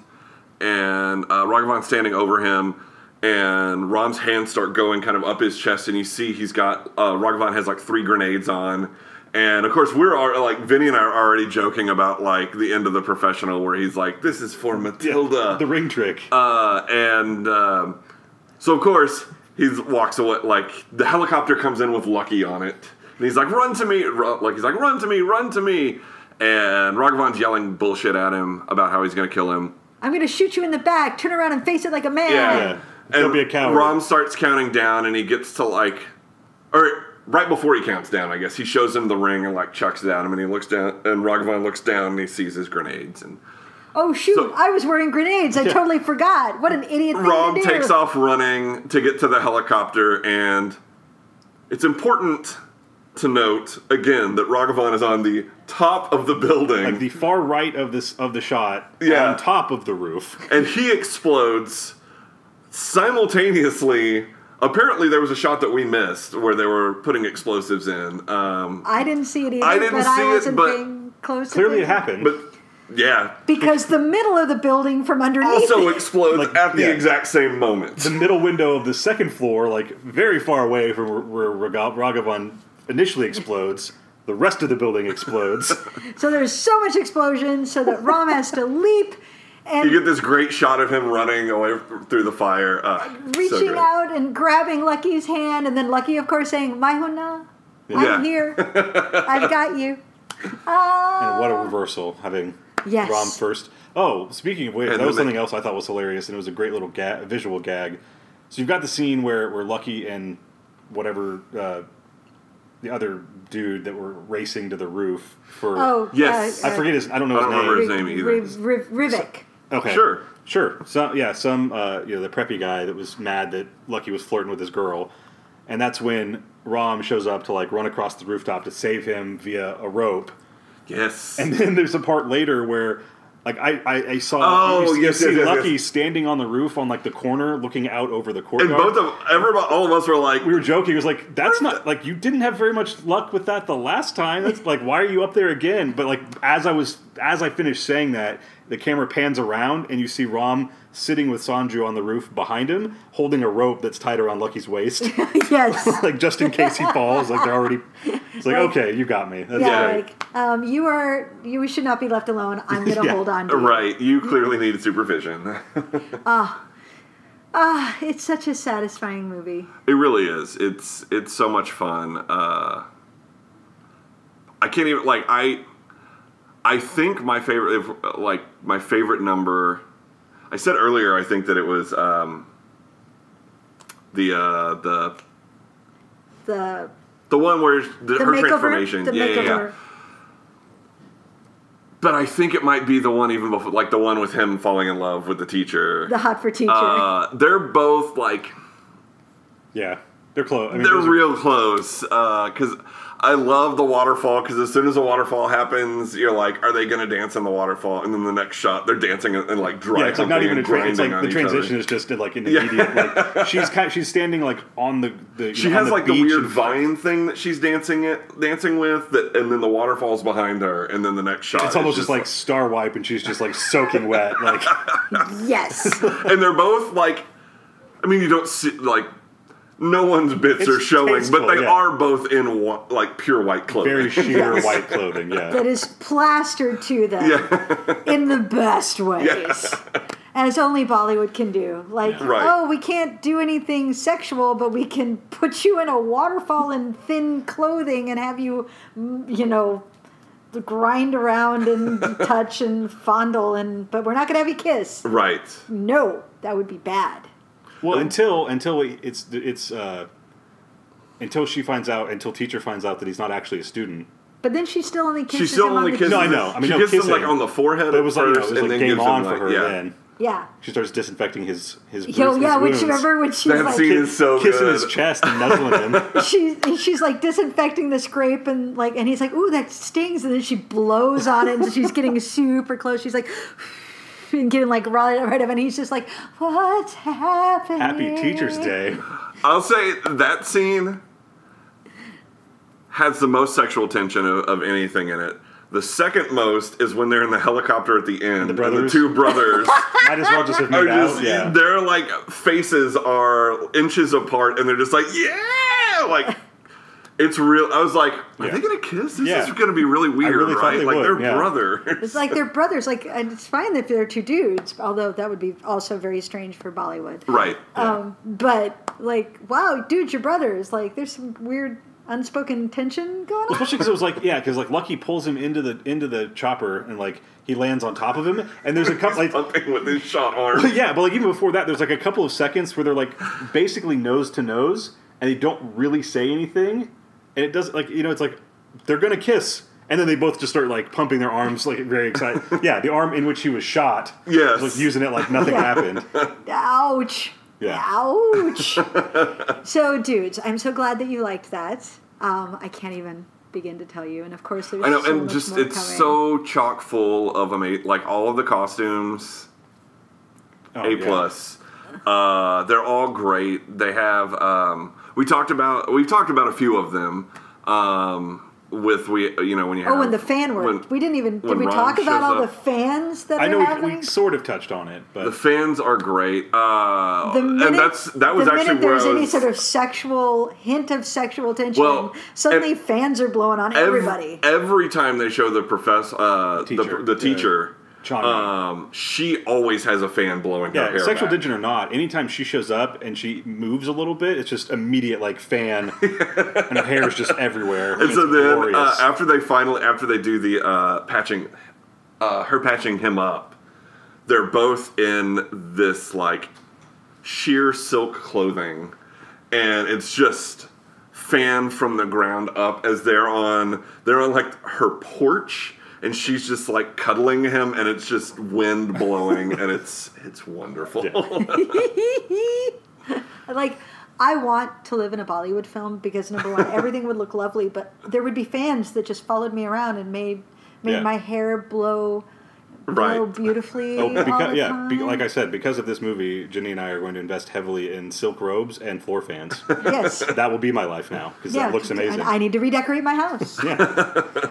and uh, Ragavan standing over him, and Rom's hands start going kind of up his chest, and you see he's got uh, Ragavan has like three grenades on. And of course, we're al- like Vinny and I are already joking about like the end of the professional, where he's like, "This is for Matilda."
The ring trick.
Uh, and um, so, of course, he walks away. Like the helicopter comes in with Lucky on it, and he's like, "Run to me!" Ru- Like he's like, "Run to me! Run to me!" And Ragavan's yelling bullshit at him about how he's gonna kill him.
I'm going to shoot you in the back. Turn around and face it like a man.
Yeah. Don't
And
be a coward.
Rom starts counting down, and he gets to like, or right before he counts down, I guess he shows him the ring and like chucks it at him, and he looks down, and Ragavan looks down, and he sees his grenades, and
Oh shoot!
So-
I was wearing grenades. I totally forgot. What an idiot thing
Rom
to do.
takes off running to get to the helicopter, and it's important to note again that Ragavan is on the top of the building,
like the far right of this of the shot,
Yeah.
on top of the roof.
and he explodes simultaneously. Apparently, there was a shot that we missed where they were putting explosives in. Um,
I didn't see it either,
I didn't
but
see
I
it,
wasn't
but
being close.
Clearly,
to
it happened.
but yeah,
because the middle of the building from underneath.
also
it-
explodes
Like,
at the
yeah.
exact same moment.
the middle window of the second floor, like very far away from where where Raga- Ragavan initially explodes, the rest of the building explodes.
So there's so much explosion, so that Rom has to leap, and
you get this great shot of him running away through the fire, uh, so
reaching
great.
out and grabbing Lucky's hand, and then Lucky, of course, saying, Mahuna,
Yeah.
I'm here. I've got you.
And what a reversal having
Yes.
Rom first. Oh, speaking of which,
And
that was
then
something else I thought was hilarious, and it was a great little ga- visual gag. So you've got the scene where, where Lucky and whatever uh, the other dude that were racing to the roof for.
Oh, Yes. uh,
I forget his. I don't know
I don't
his name.
remember his name either.
Riv- Riv- Rivik.
Okay.
Sure.
Sure. So yeah, some uh, you know the preppy guy that was mad that Lucky was flirting with his girl, and that's when Rom shows up to like run across the rooftop to save him via a rope.
Yes.
And then there's a part later where like I I, I saw
Oh,
you, you
yes,
see
yes, yes,
Lucky
yes.
standing on the roof on like the corner looking out over the
and
courtyard.
both of everybody, all of us were like,
we were joking. It was like that's not like you didn't have very much luck with that the last time. That's like why are you up there again? But like as I was as I finished saying that, the camera pans around and you see Rom sitting with Sanju on the roof behind him, holding a rope that's tied around Lucky's waist,
Yes.
like just in case he falls. Like they're already. It's like,
Like-
okay, you got me. That's
yeah,
great.
like um, you are. You should not be left alone. I'm gonna
Yeah,
hold on. To you.
right, you clearly need supervision.
Ah, ah, it's such a satisfying movie.
It really is. It's it's so much fun. Uh, I can't even like I. I think my favorite, if, like my favorite number. I said earlier, I think that it was um, the uh, the
The
the one where the,
the
her
makeover.
transformation.
The
yeah, yeah,
makeover.
yeah. But I think it might be the one even before, like the one with him falling in love with the teacher.
The hot for teacher.
Uh, they're both like
yeah, they're close. I mean,
they're
those are-
real close because I love the waterfall because as soon as the waterfall happens, you're like, are they gonna dance in the waterfall? And then the next shot, they're dancing and, and, like dry
Yeah, it's like not even a tra-
trance.
It's like the transition is just like an immediate. Like she's kind she's standing like on the. the
She
on
has like the
beach
weird
and-
vine thing that she's dancing it dancing with, that, and then the waterfall's behind her, and then the next shot.
It's
is
almost just like star wipe, and she's just like soaking wet. Like
Yes.
and they're both like, I mean, you don't see like. No one's bits
It's
are showing,
tasteful,
but they
yeah.
are both in wa- like pure white clothing.
very sheer white clothing. Yeah.
that is plastered to them in the best ways. As only Bollywood can do. Like,
Yeah. Right.
oh, we can't do anything sexual, but we can put you in a waterfall in thin clothing and have you, mm, you know, grind around and touch and fondle and. But we're not gonna have you kiss.
Right.
No, that would be bad.
Well, until until it's it's uh, until she finds out, until teacher finds out that he's not actually a student.
But then she still only kisses
She still
him on
only
the
kisses.
No, I
him-
know. I mean,
she
no
kisses him like
kissing.
on the forehead
But it was
at
like, you know,
first,
it was
and
like
then
game
gives
on
him
for
like,
her.
yeah.
Then
Yeah.
she starts disinfecting his his.
Yo,
bruises,
yeah,
his
when
wounds.
she remember when she
That
was like,
scene is so
kissing
good.
his chest and nuzzling him.
she's she's like disinfecting the scrape and like and he's like ooh that stings and then she blows on it and she's getting super close she's like and getting like right right up and he's just like what's happening
Happy Teacher's Day.
I'll say that scene has the most sexual tension of, of anything in it. The second most is when they're in the helicopter at the end. and
brothers?
two brothers
Might as well just have
are
made
just
out. Yeah.
their like faces are inches apart, and they're just like, yeah, like. It's real. I was like, are
Yeah.
they gonna kiss? This
Yeah.
is gonna be really weird,
really thought
right?
they
like
would,
they're
yeah.
brothers.
it's like they're brothers like and it's fine if they're two dudes although that would be also very strange for Bollywood
right.
um but like wow dude your brothers like there's some weird unspoken tension going on
Especially because it was like, yeah, because like Lucky pulls him into the into the chopper and like he lands on top of him, and there's a couple like
Pumping with his shot arm.
yeah, but like even before that, there's like a couple of seconds where they're like basically nose to nose, and they don't really say anything, and it doesn't like you know it's like they're gonna kiss, and then they both just start like pumping their arms like very excited. yeah, the arm in which he was shot.
Yes.
was like using it like nothing happened.
Ouch.
Yeah.
Ouch. so, dudes, I'm so glad that you liked that. Um, I can't even begin to tell you. And of course, there's
I know,
so
and
much
just
more
it's
coming.
so chock full of amazing, like all of the costumes,
Oh,
a
yeah.
plus. Uh, they're all great. They have um, we talked about we've talked about a few of them. Um, with we you know when you have,
Oh, and the fan worked.
when-
we didn't even did
when
we
Ron
talk about
shows
all the
up.
fans that
I
are
know we,
happening?
we sort of touched on it, but
the fans are great. Uh,
the minute,
and that's that was
the
actually
minute
where
there's
I
any
was-
sort of sexual hint of sexual tension,
Well,
suddenly
ev-
fans are blowing on
ev-
everybody.
Every time they show the professor, uh,
Teacher.
the, the teacher, Um, she always has a fan blowing her
Yeah,
hair.
sexual
back.
digit or not, anytime she shows up and she moves a little bit, it's just immediate like fan, and her hair is just everywhere.
And
it's
so then,
glorious.
uh, after they finally, after they do the uh, patching, uh, her patching him up, they're both in this like sheer silk clothing, and it's just fan from the ground up as they're on they're on like her porch, and she's just like cuddling him, and it's just wind blowing, and it's it's wonderful.
like I want to live in a Bollywood film because number one, everything would look lovely, but there would be fans that just followed me around and made made
Yeah.
my hair blow blow
Right.
beautifully.
Oh,
all
because,
the
yeah, be,
time.
like I said, because of this movie, Janine and I are going to invest heavily in silk robes and floor fans.
Yes.
that will be my life now because that looks amazing.
I, I need to redecorate my house.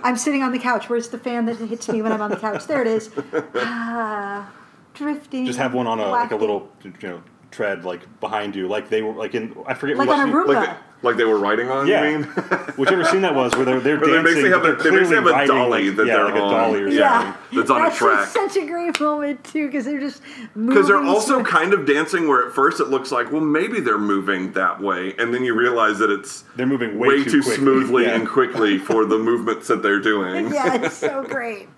I'm sitting on the couch. Where's the fan that hits me when I'm on the couch? There it is. Ah, drifting.
Just have one on a like a
wafting.
little you know tread like behind you, like they were like in I forget
Like
what
on a Roomba. Like
they- like they were riding on.
Yeah, whichever scene that was where they're they're
Or they
dancing.
basically have
but
a-
they're
they basically
clearly
have a
riding,
dolly
like-
that
yeah,
they're
like
on.
a dolly or
Yeah.
something.
That's on a
That's
track.
such a great moment too, because they're just
Because they're
moving
also kind of dancing where at first it looks like, well, maybe they're moving that way, and then you realize that it's
they're moving
way,
way
too,
too quickly,
smoothly
yeah.
and quickly for the movements that they're doing.
yeah, it's so great.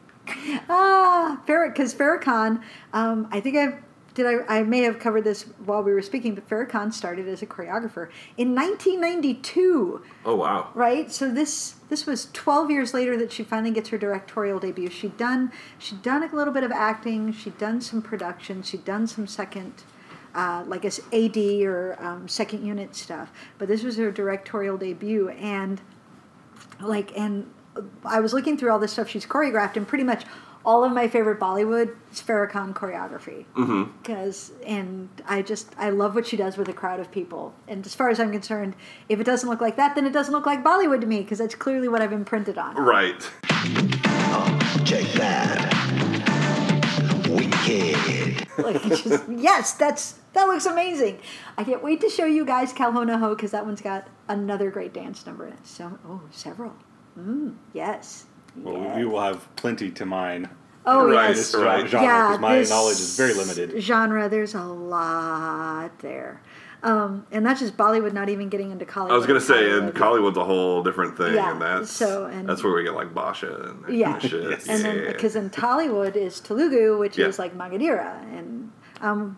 Ah, because Farrakhan, um, I think I did. I, I may have covered this while we were speaking, but Farrakhan started as a choreographer in 1992,
Oh wow!
right? So this this was 12 years later that she finally gets her directorial debut. She'd done she'd done a little bit of acting. She'd done some production. She'd done some second. Uh, like as AD or um, second unit stuff, but this was her directorial debut, and like and I was looking through all this stuff she's choreographed, and pretty much all of my favorite Bollywood is Farrakhan choreography.
Mm-hmm.
Because and I just I love what she does with a crowd of people. And as far as I'm concerned, if it doesn't look like that, then it doesn't look like Bollywood to me. Because that's clearly what I've imprinted on.
Right.
Check that. Wicked.
Like it's just yes, that's that looks amazing. I can't wait to show you guys Calhona Ho because that one's got another great dance number in it. So oh, several. Mm, yes.
Well, we will have plenty to mine.
Oh,
in
Right,
this
right.
genre, 'cause my
this
knowledge is very limited.
Genre, there's a lot there, um, and that's just Bollywood not even getting into college.
I was gonna say, and Hollywood's a whole different thing,
Yeah,
and that's
so, and-
that's where we get like Basha and that
yeah,
shit.
and then because in Tollywood is Telugu, which
Yeah.
is like Magadira, and um,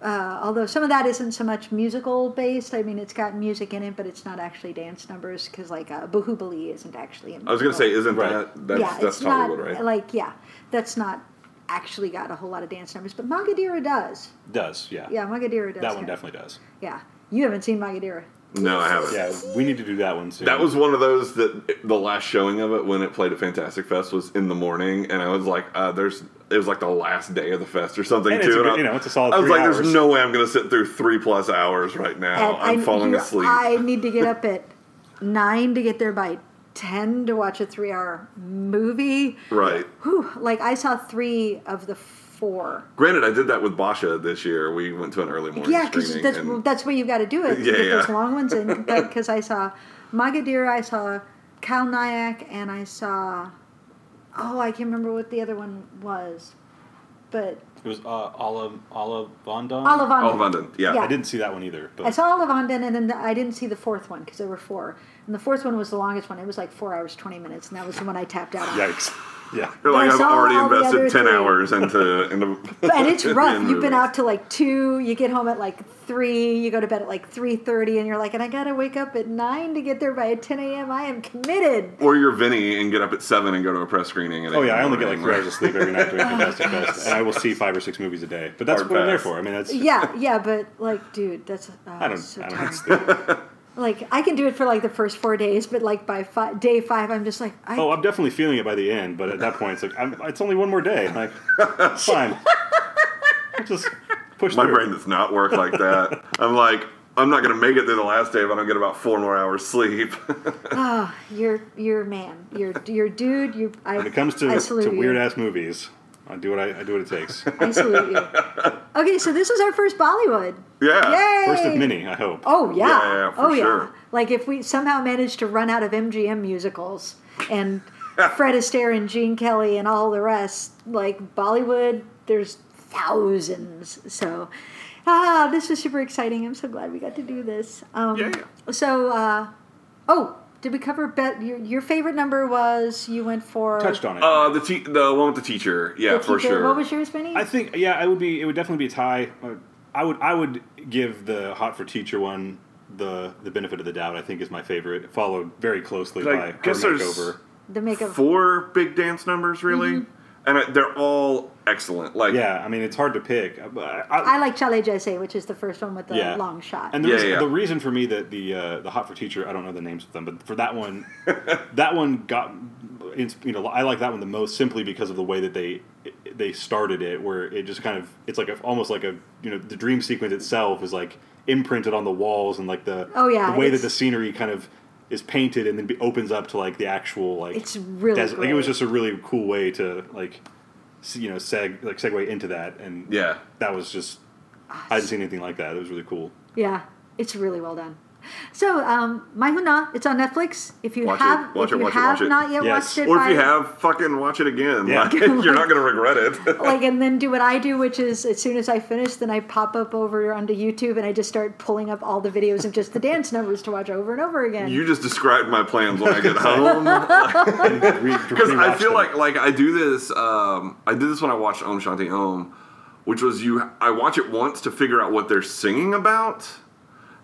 uh, although some of that isn't so much musical based, I mean it's got music in it, but it's not actually dance numbers because like uh, Bahubali isn't actually. in
I was gonna say,
Bollywood.
isn't that that's that's Hollywood,
not,
right?
Like yeah, that's not actually got a whole lot of dance numbers, but Magadira does.
Does yeah.
Yeah, Magadira does.
That one
have-
definitely does.
Yeah, you haven't seen Magadira.
No, I haven't.
Yeah, we need to do that one soon.
That was one of those that the last showing of it when it played at Fantastic Fest was in the morning, and I was like, uh, "There's." It was like the last day of the fest or something
And
too.
it's a
and
good-
I-
you know, it's a solid
I was
three
like,
hours.
"There's no way I'm going to sit through three plus hours right now.
And
Oh, I'm
I-
falling
you-
asleep."
I need to get up at nine to get there by ten to watch a three-hour movie.
right.
Whew, like I saw three of the four.
Granted, I did that with Basha this year. We went to an early morning
yeah, because
screening.
that's
and-
that's what you've got to do it. to
Yeah,
get those
yeah.
long ones in. Because I saw Magadira, I saw Cal Nyack, and I saw oh I can't remember what the other one was, but
It was uh, Olive Olive Vondon.
Olive
Oh,
Vondon. Olive Vondon, yeah. Yeah.
I didn't see that one either. But
I saw Olivandin, and then the, I didn't see the fourth one because there were four. And the fourth one was the longest one. It was like four hours, 20 minutes, and that was the one I tapped out on.
Yikes! Yeah,
You're
I
like, I've
saw
already
all the other
invested ten
three.
hours into. into
And it's rough.
in
You've been
movies.
out till like 2, you get home at like 3, you go to bed at like 3.30, and you're like, and I got to wake up at 9 to get there by 10 a.m. I am committed.
Or you're Vinny and get up at seven and go to a press screening. At
Oh
eight in
yeah, I
the
only get like
morning.
three hours of sleep every night during Fantastic Fest, and I will see five or six movies a day. But that's
Hard
what I'm there
pass.
for. I mean, that's
Yeah, yeah, but like, dude, that's... Uh,
I don't.
so
I
tiring.
don't sleep.
Like, I can do it for like the first four days, but like by fi- day five, I'm just like, I
oh, I'm definitely feeling it by the end, but at that point, it's like I'm, it's only one more day. Like, it's fine. Just push.
My brain does not work like that. I'm like, I'm not going to make it through the last day if I don't get about four more hours sleep.
oh, you're you're a man, you're you're a dude. You I,
When it comes
I
to,
salute
to
you.
weird ass movies, I do what I, I do what it takes.
I salute you. Okay, so this is our first Bollywood.
Yeah.
Yay!
First of many, I hope.
Oh yeah,
Yeah, yeah, for
oh yeah.
sure.
Like if we somehow manage to run out of MGM musicals and Fred Astaire and Gene Kelly and all the rest. Like Bollywood, there's thousands. So, ah, this was super exciting. I'm so glad we got to do this. Um,
Yeah,
So, uh, oh, did we cover bet? Your, your favorite number was you went for
Uh, the te- the one with the teacher. Yeah,
The
for
teacher.
sure.
What was yours, Benny?
I think yeah, it would be it would definitely be a tie. I would I would give the hot for teacher one the the benefit of the doubt. I think is my favorite, followed very closely
Like,
by
guess
her
there's-
makeover.
the makeup.
four big dance numbers
Mm-hmm.
really, and I, they're all excellent. Like
yeah, I mean it's hard to pick. but I,
I like Chale Jesse, which is the first one with the
Yeah.
long shot.
And the, reason, the reason for me that the uh, the hot for teacher, I don't know the names of them, but for that one, that one got ins- you know I like that one the most simply because of the way that they they started it, where it just kind of it's like a, almost like a you know the dream sequence itself is like imprinted on the walls and like the
Oh, yeah,
the way that
it's-
the scenery kind of is painted and then be, opens up to like the actual like
It's really
desert. like it was
great.
just a really cool way to like se- you know seg like segue into that and
yeah
that was just I hadn't seen anything like that it was really cool.
Yeah, it's really well done. So, um, My Huna, it's on Netflix. If you
Watch
have,
it, watch
if
it,
you
watch it,
have
watch it.
not yet watched it,
or
by-
if you have, fucking watch it again.
Yeah.
Like, you're not gonna regret it.
like, and then do what I do, which is as soon as I finish, then I pop up over onto YouTube and I just start pulling up all the videos of just the dance numbers to watch over and over again.
You just described my plans when I get home because I feel like like I do this. Um, I did this when I watched Om Shanti Om, which was you. I watch it once to figure out what they're singing about,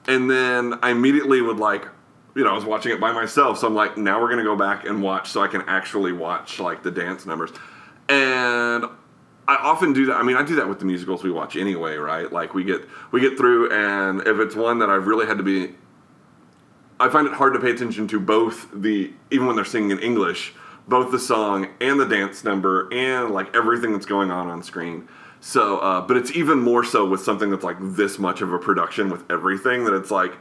and then I immediately would like, you know, I was watching it by myself, so I'm like, now we're gonna go back and watch so I can actually watch like the dance numbers, and I often do that. I mean, I do that with the musicals we watch anyway, right? Like we get we get through, and if it's one that I've really had to be I find it hard to pay attention to both the even when they're singing in English, both the song and the dance number and like everything that's going on on screen. So, uh, but it's even more so with something that's like this much of a production with everything that it's like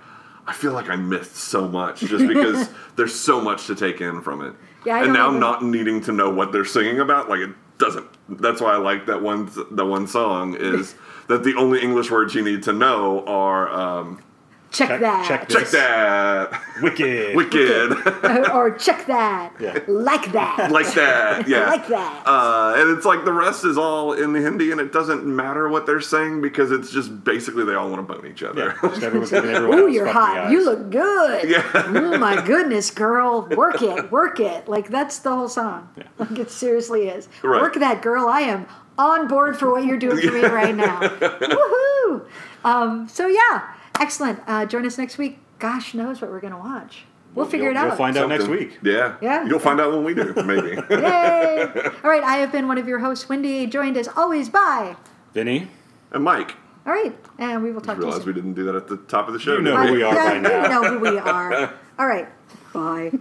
I feel like I missed so much just because there's so much to take in from it.
Yeah, I
and
don't
now
even-
not needing to know what they're singing about, like it doesn't. That's why I like that one. The one song is that the only English words you need to know are um,
check, that.
check that,
wicked,
wicked.
or check that.
Yeah.
Like that.
like that. Yeah.
like that.
Uh, and it's like the rest is all in the Hindi, and it doesn't matter what they're saying because it's just basically they all want to bone each other.
Ooh, you're hot. You look good.
Yeah.
oh my goodness, girl. Work it, work it. Like that's the whole song. Like it seriously is.
Right.
Work that girl. I am on board for what you're doing for me right now. Woohoo! Um, so yeah, excellent. Uh, join us next week. Gosh knows what we're gonna watch. We'll figure it out.
next
week.
Yeah.
Yeah.
You'll find out when we do, maybe.
Yay! All right, I have been one of your hosts, Wendy, joined as always by.
Vinny
and Mike.
All right, and we will
I
talk to you
realized
soon.
we didn't do that at the top of the show.
You know
did
who we are by
You
now.
know who we are. All right, bye.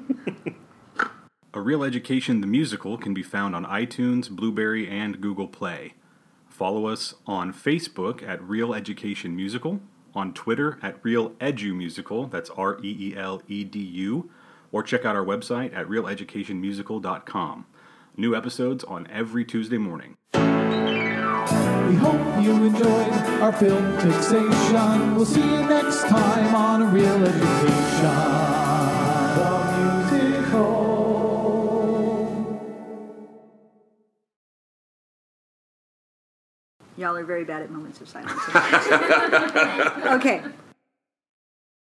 A Real Education the Musical can be found on iTunes, Blueberry, and Google Play. Follow us on Facebook at Real Education Musical, on Twitter at Real Edu Musical, that's R E E L E D U, or check out our website at realeducationmusical.com. New episodes on every Tuesday morning.
We hope you enjoyed our film fixation. We'll see you next time on A Real Education. The musical.
Y'all are very bad at moments of silence. okay.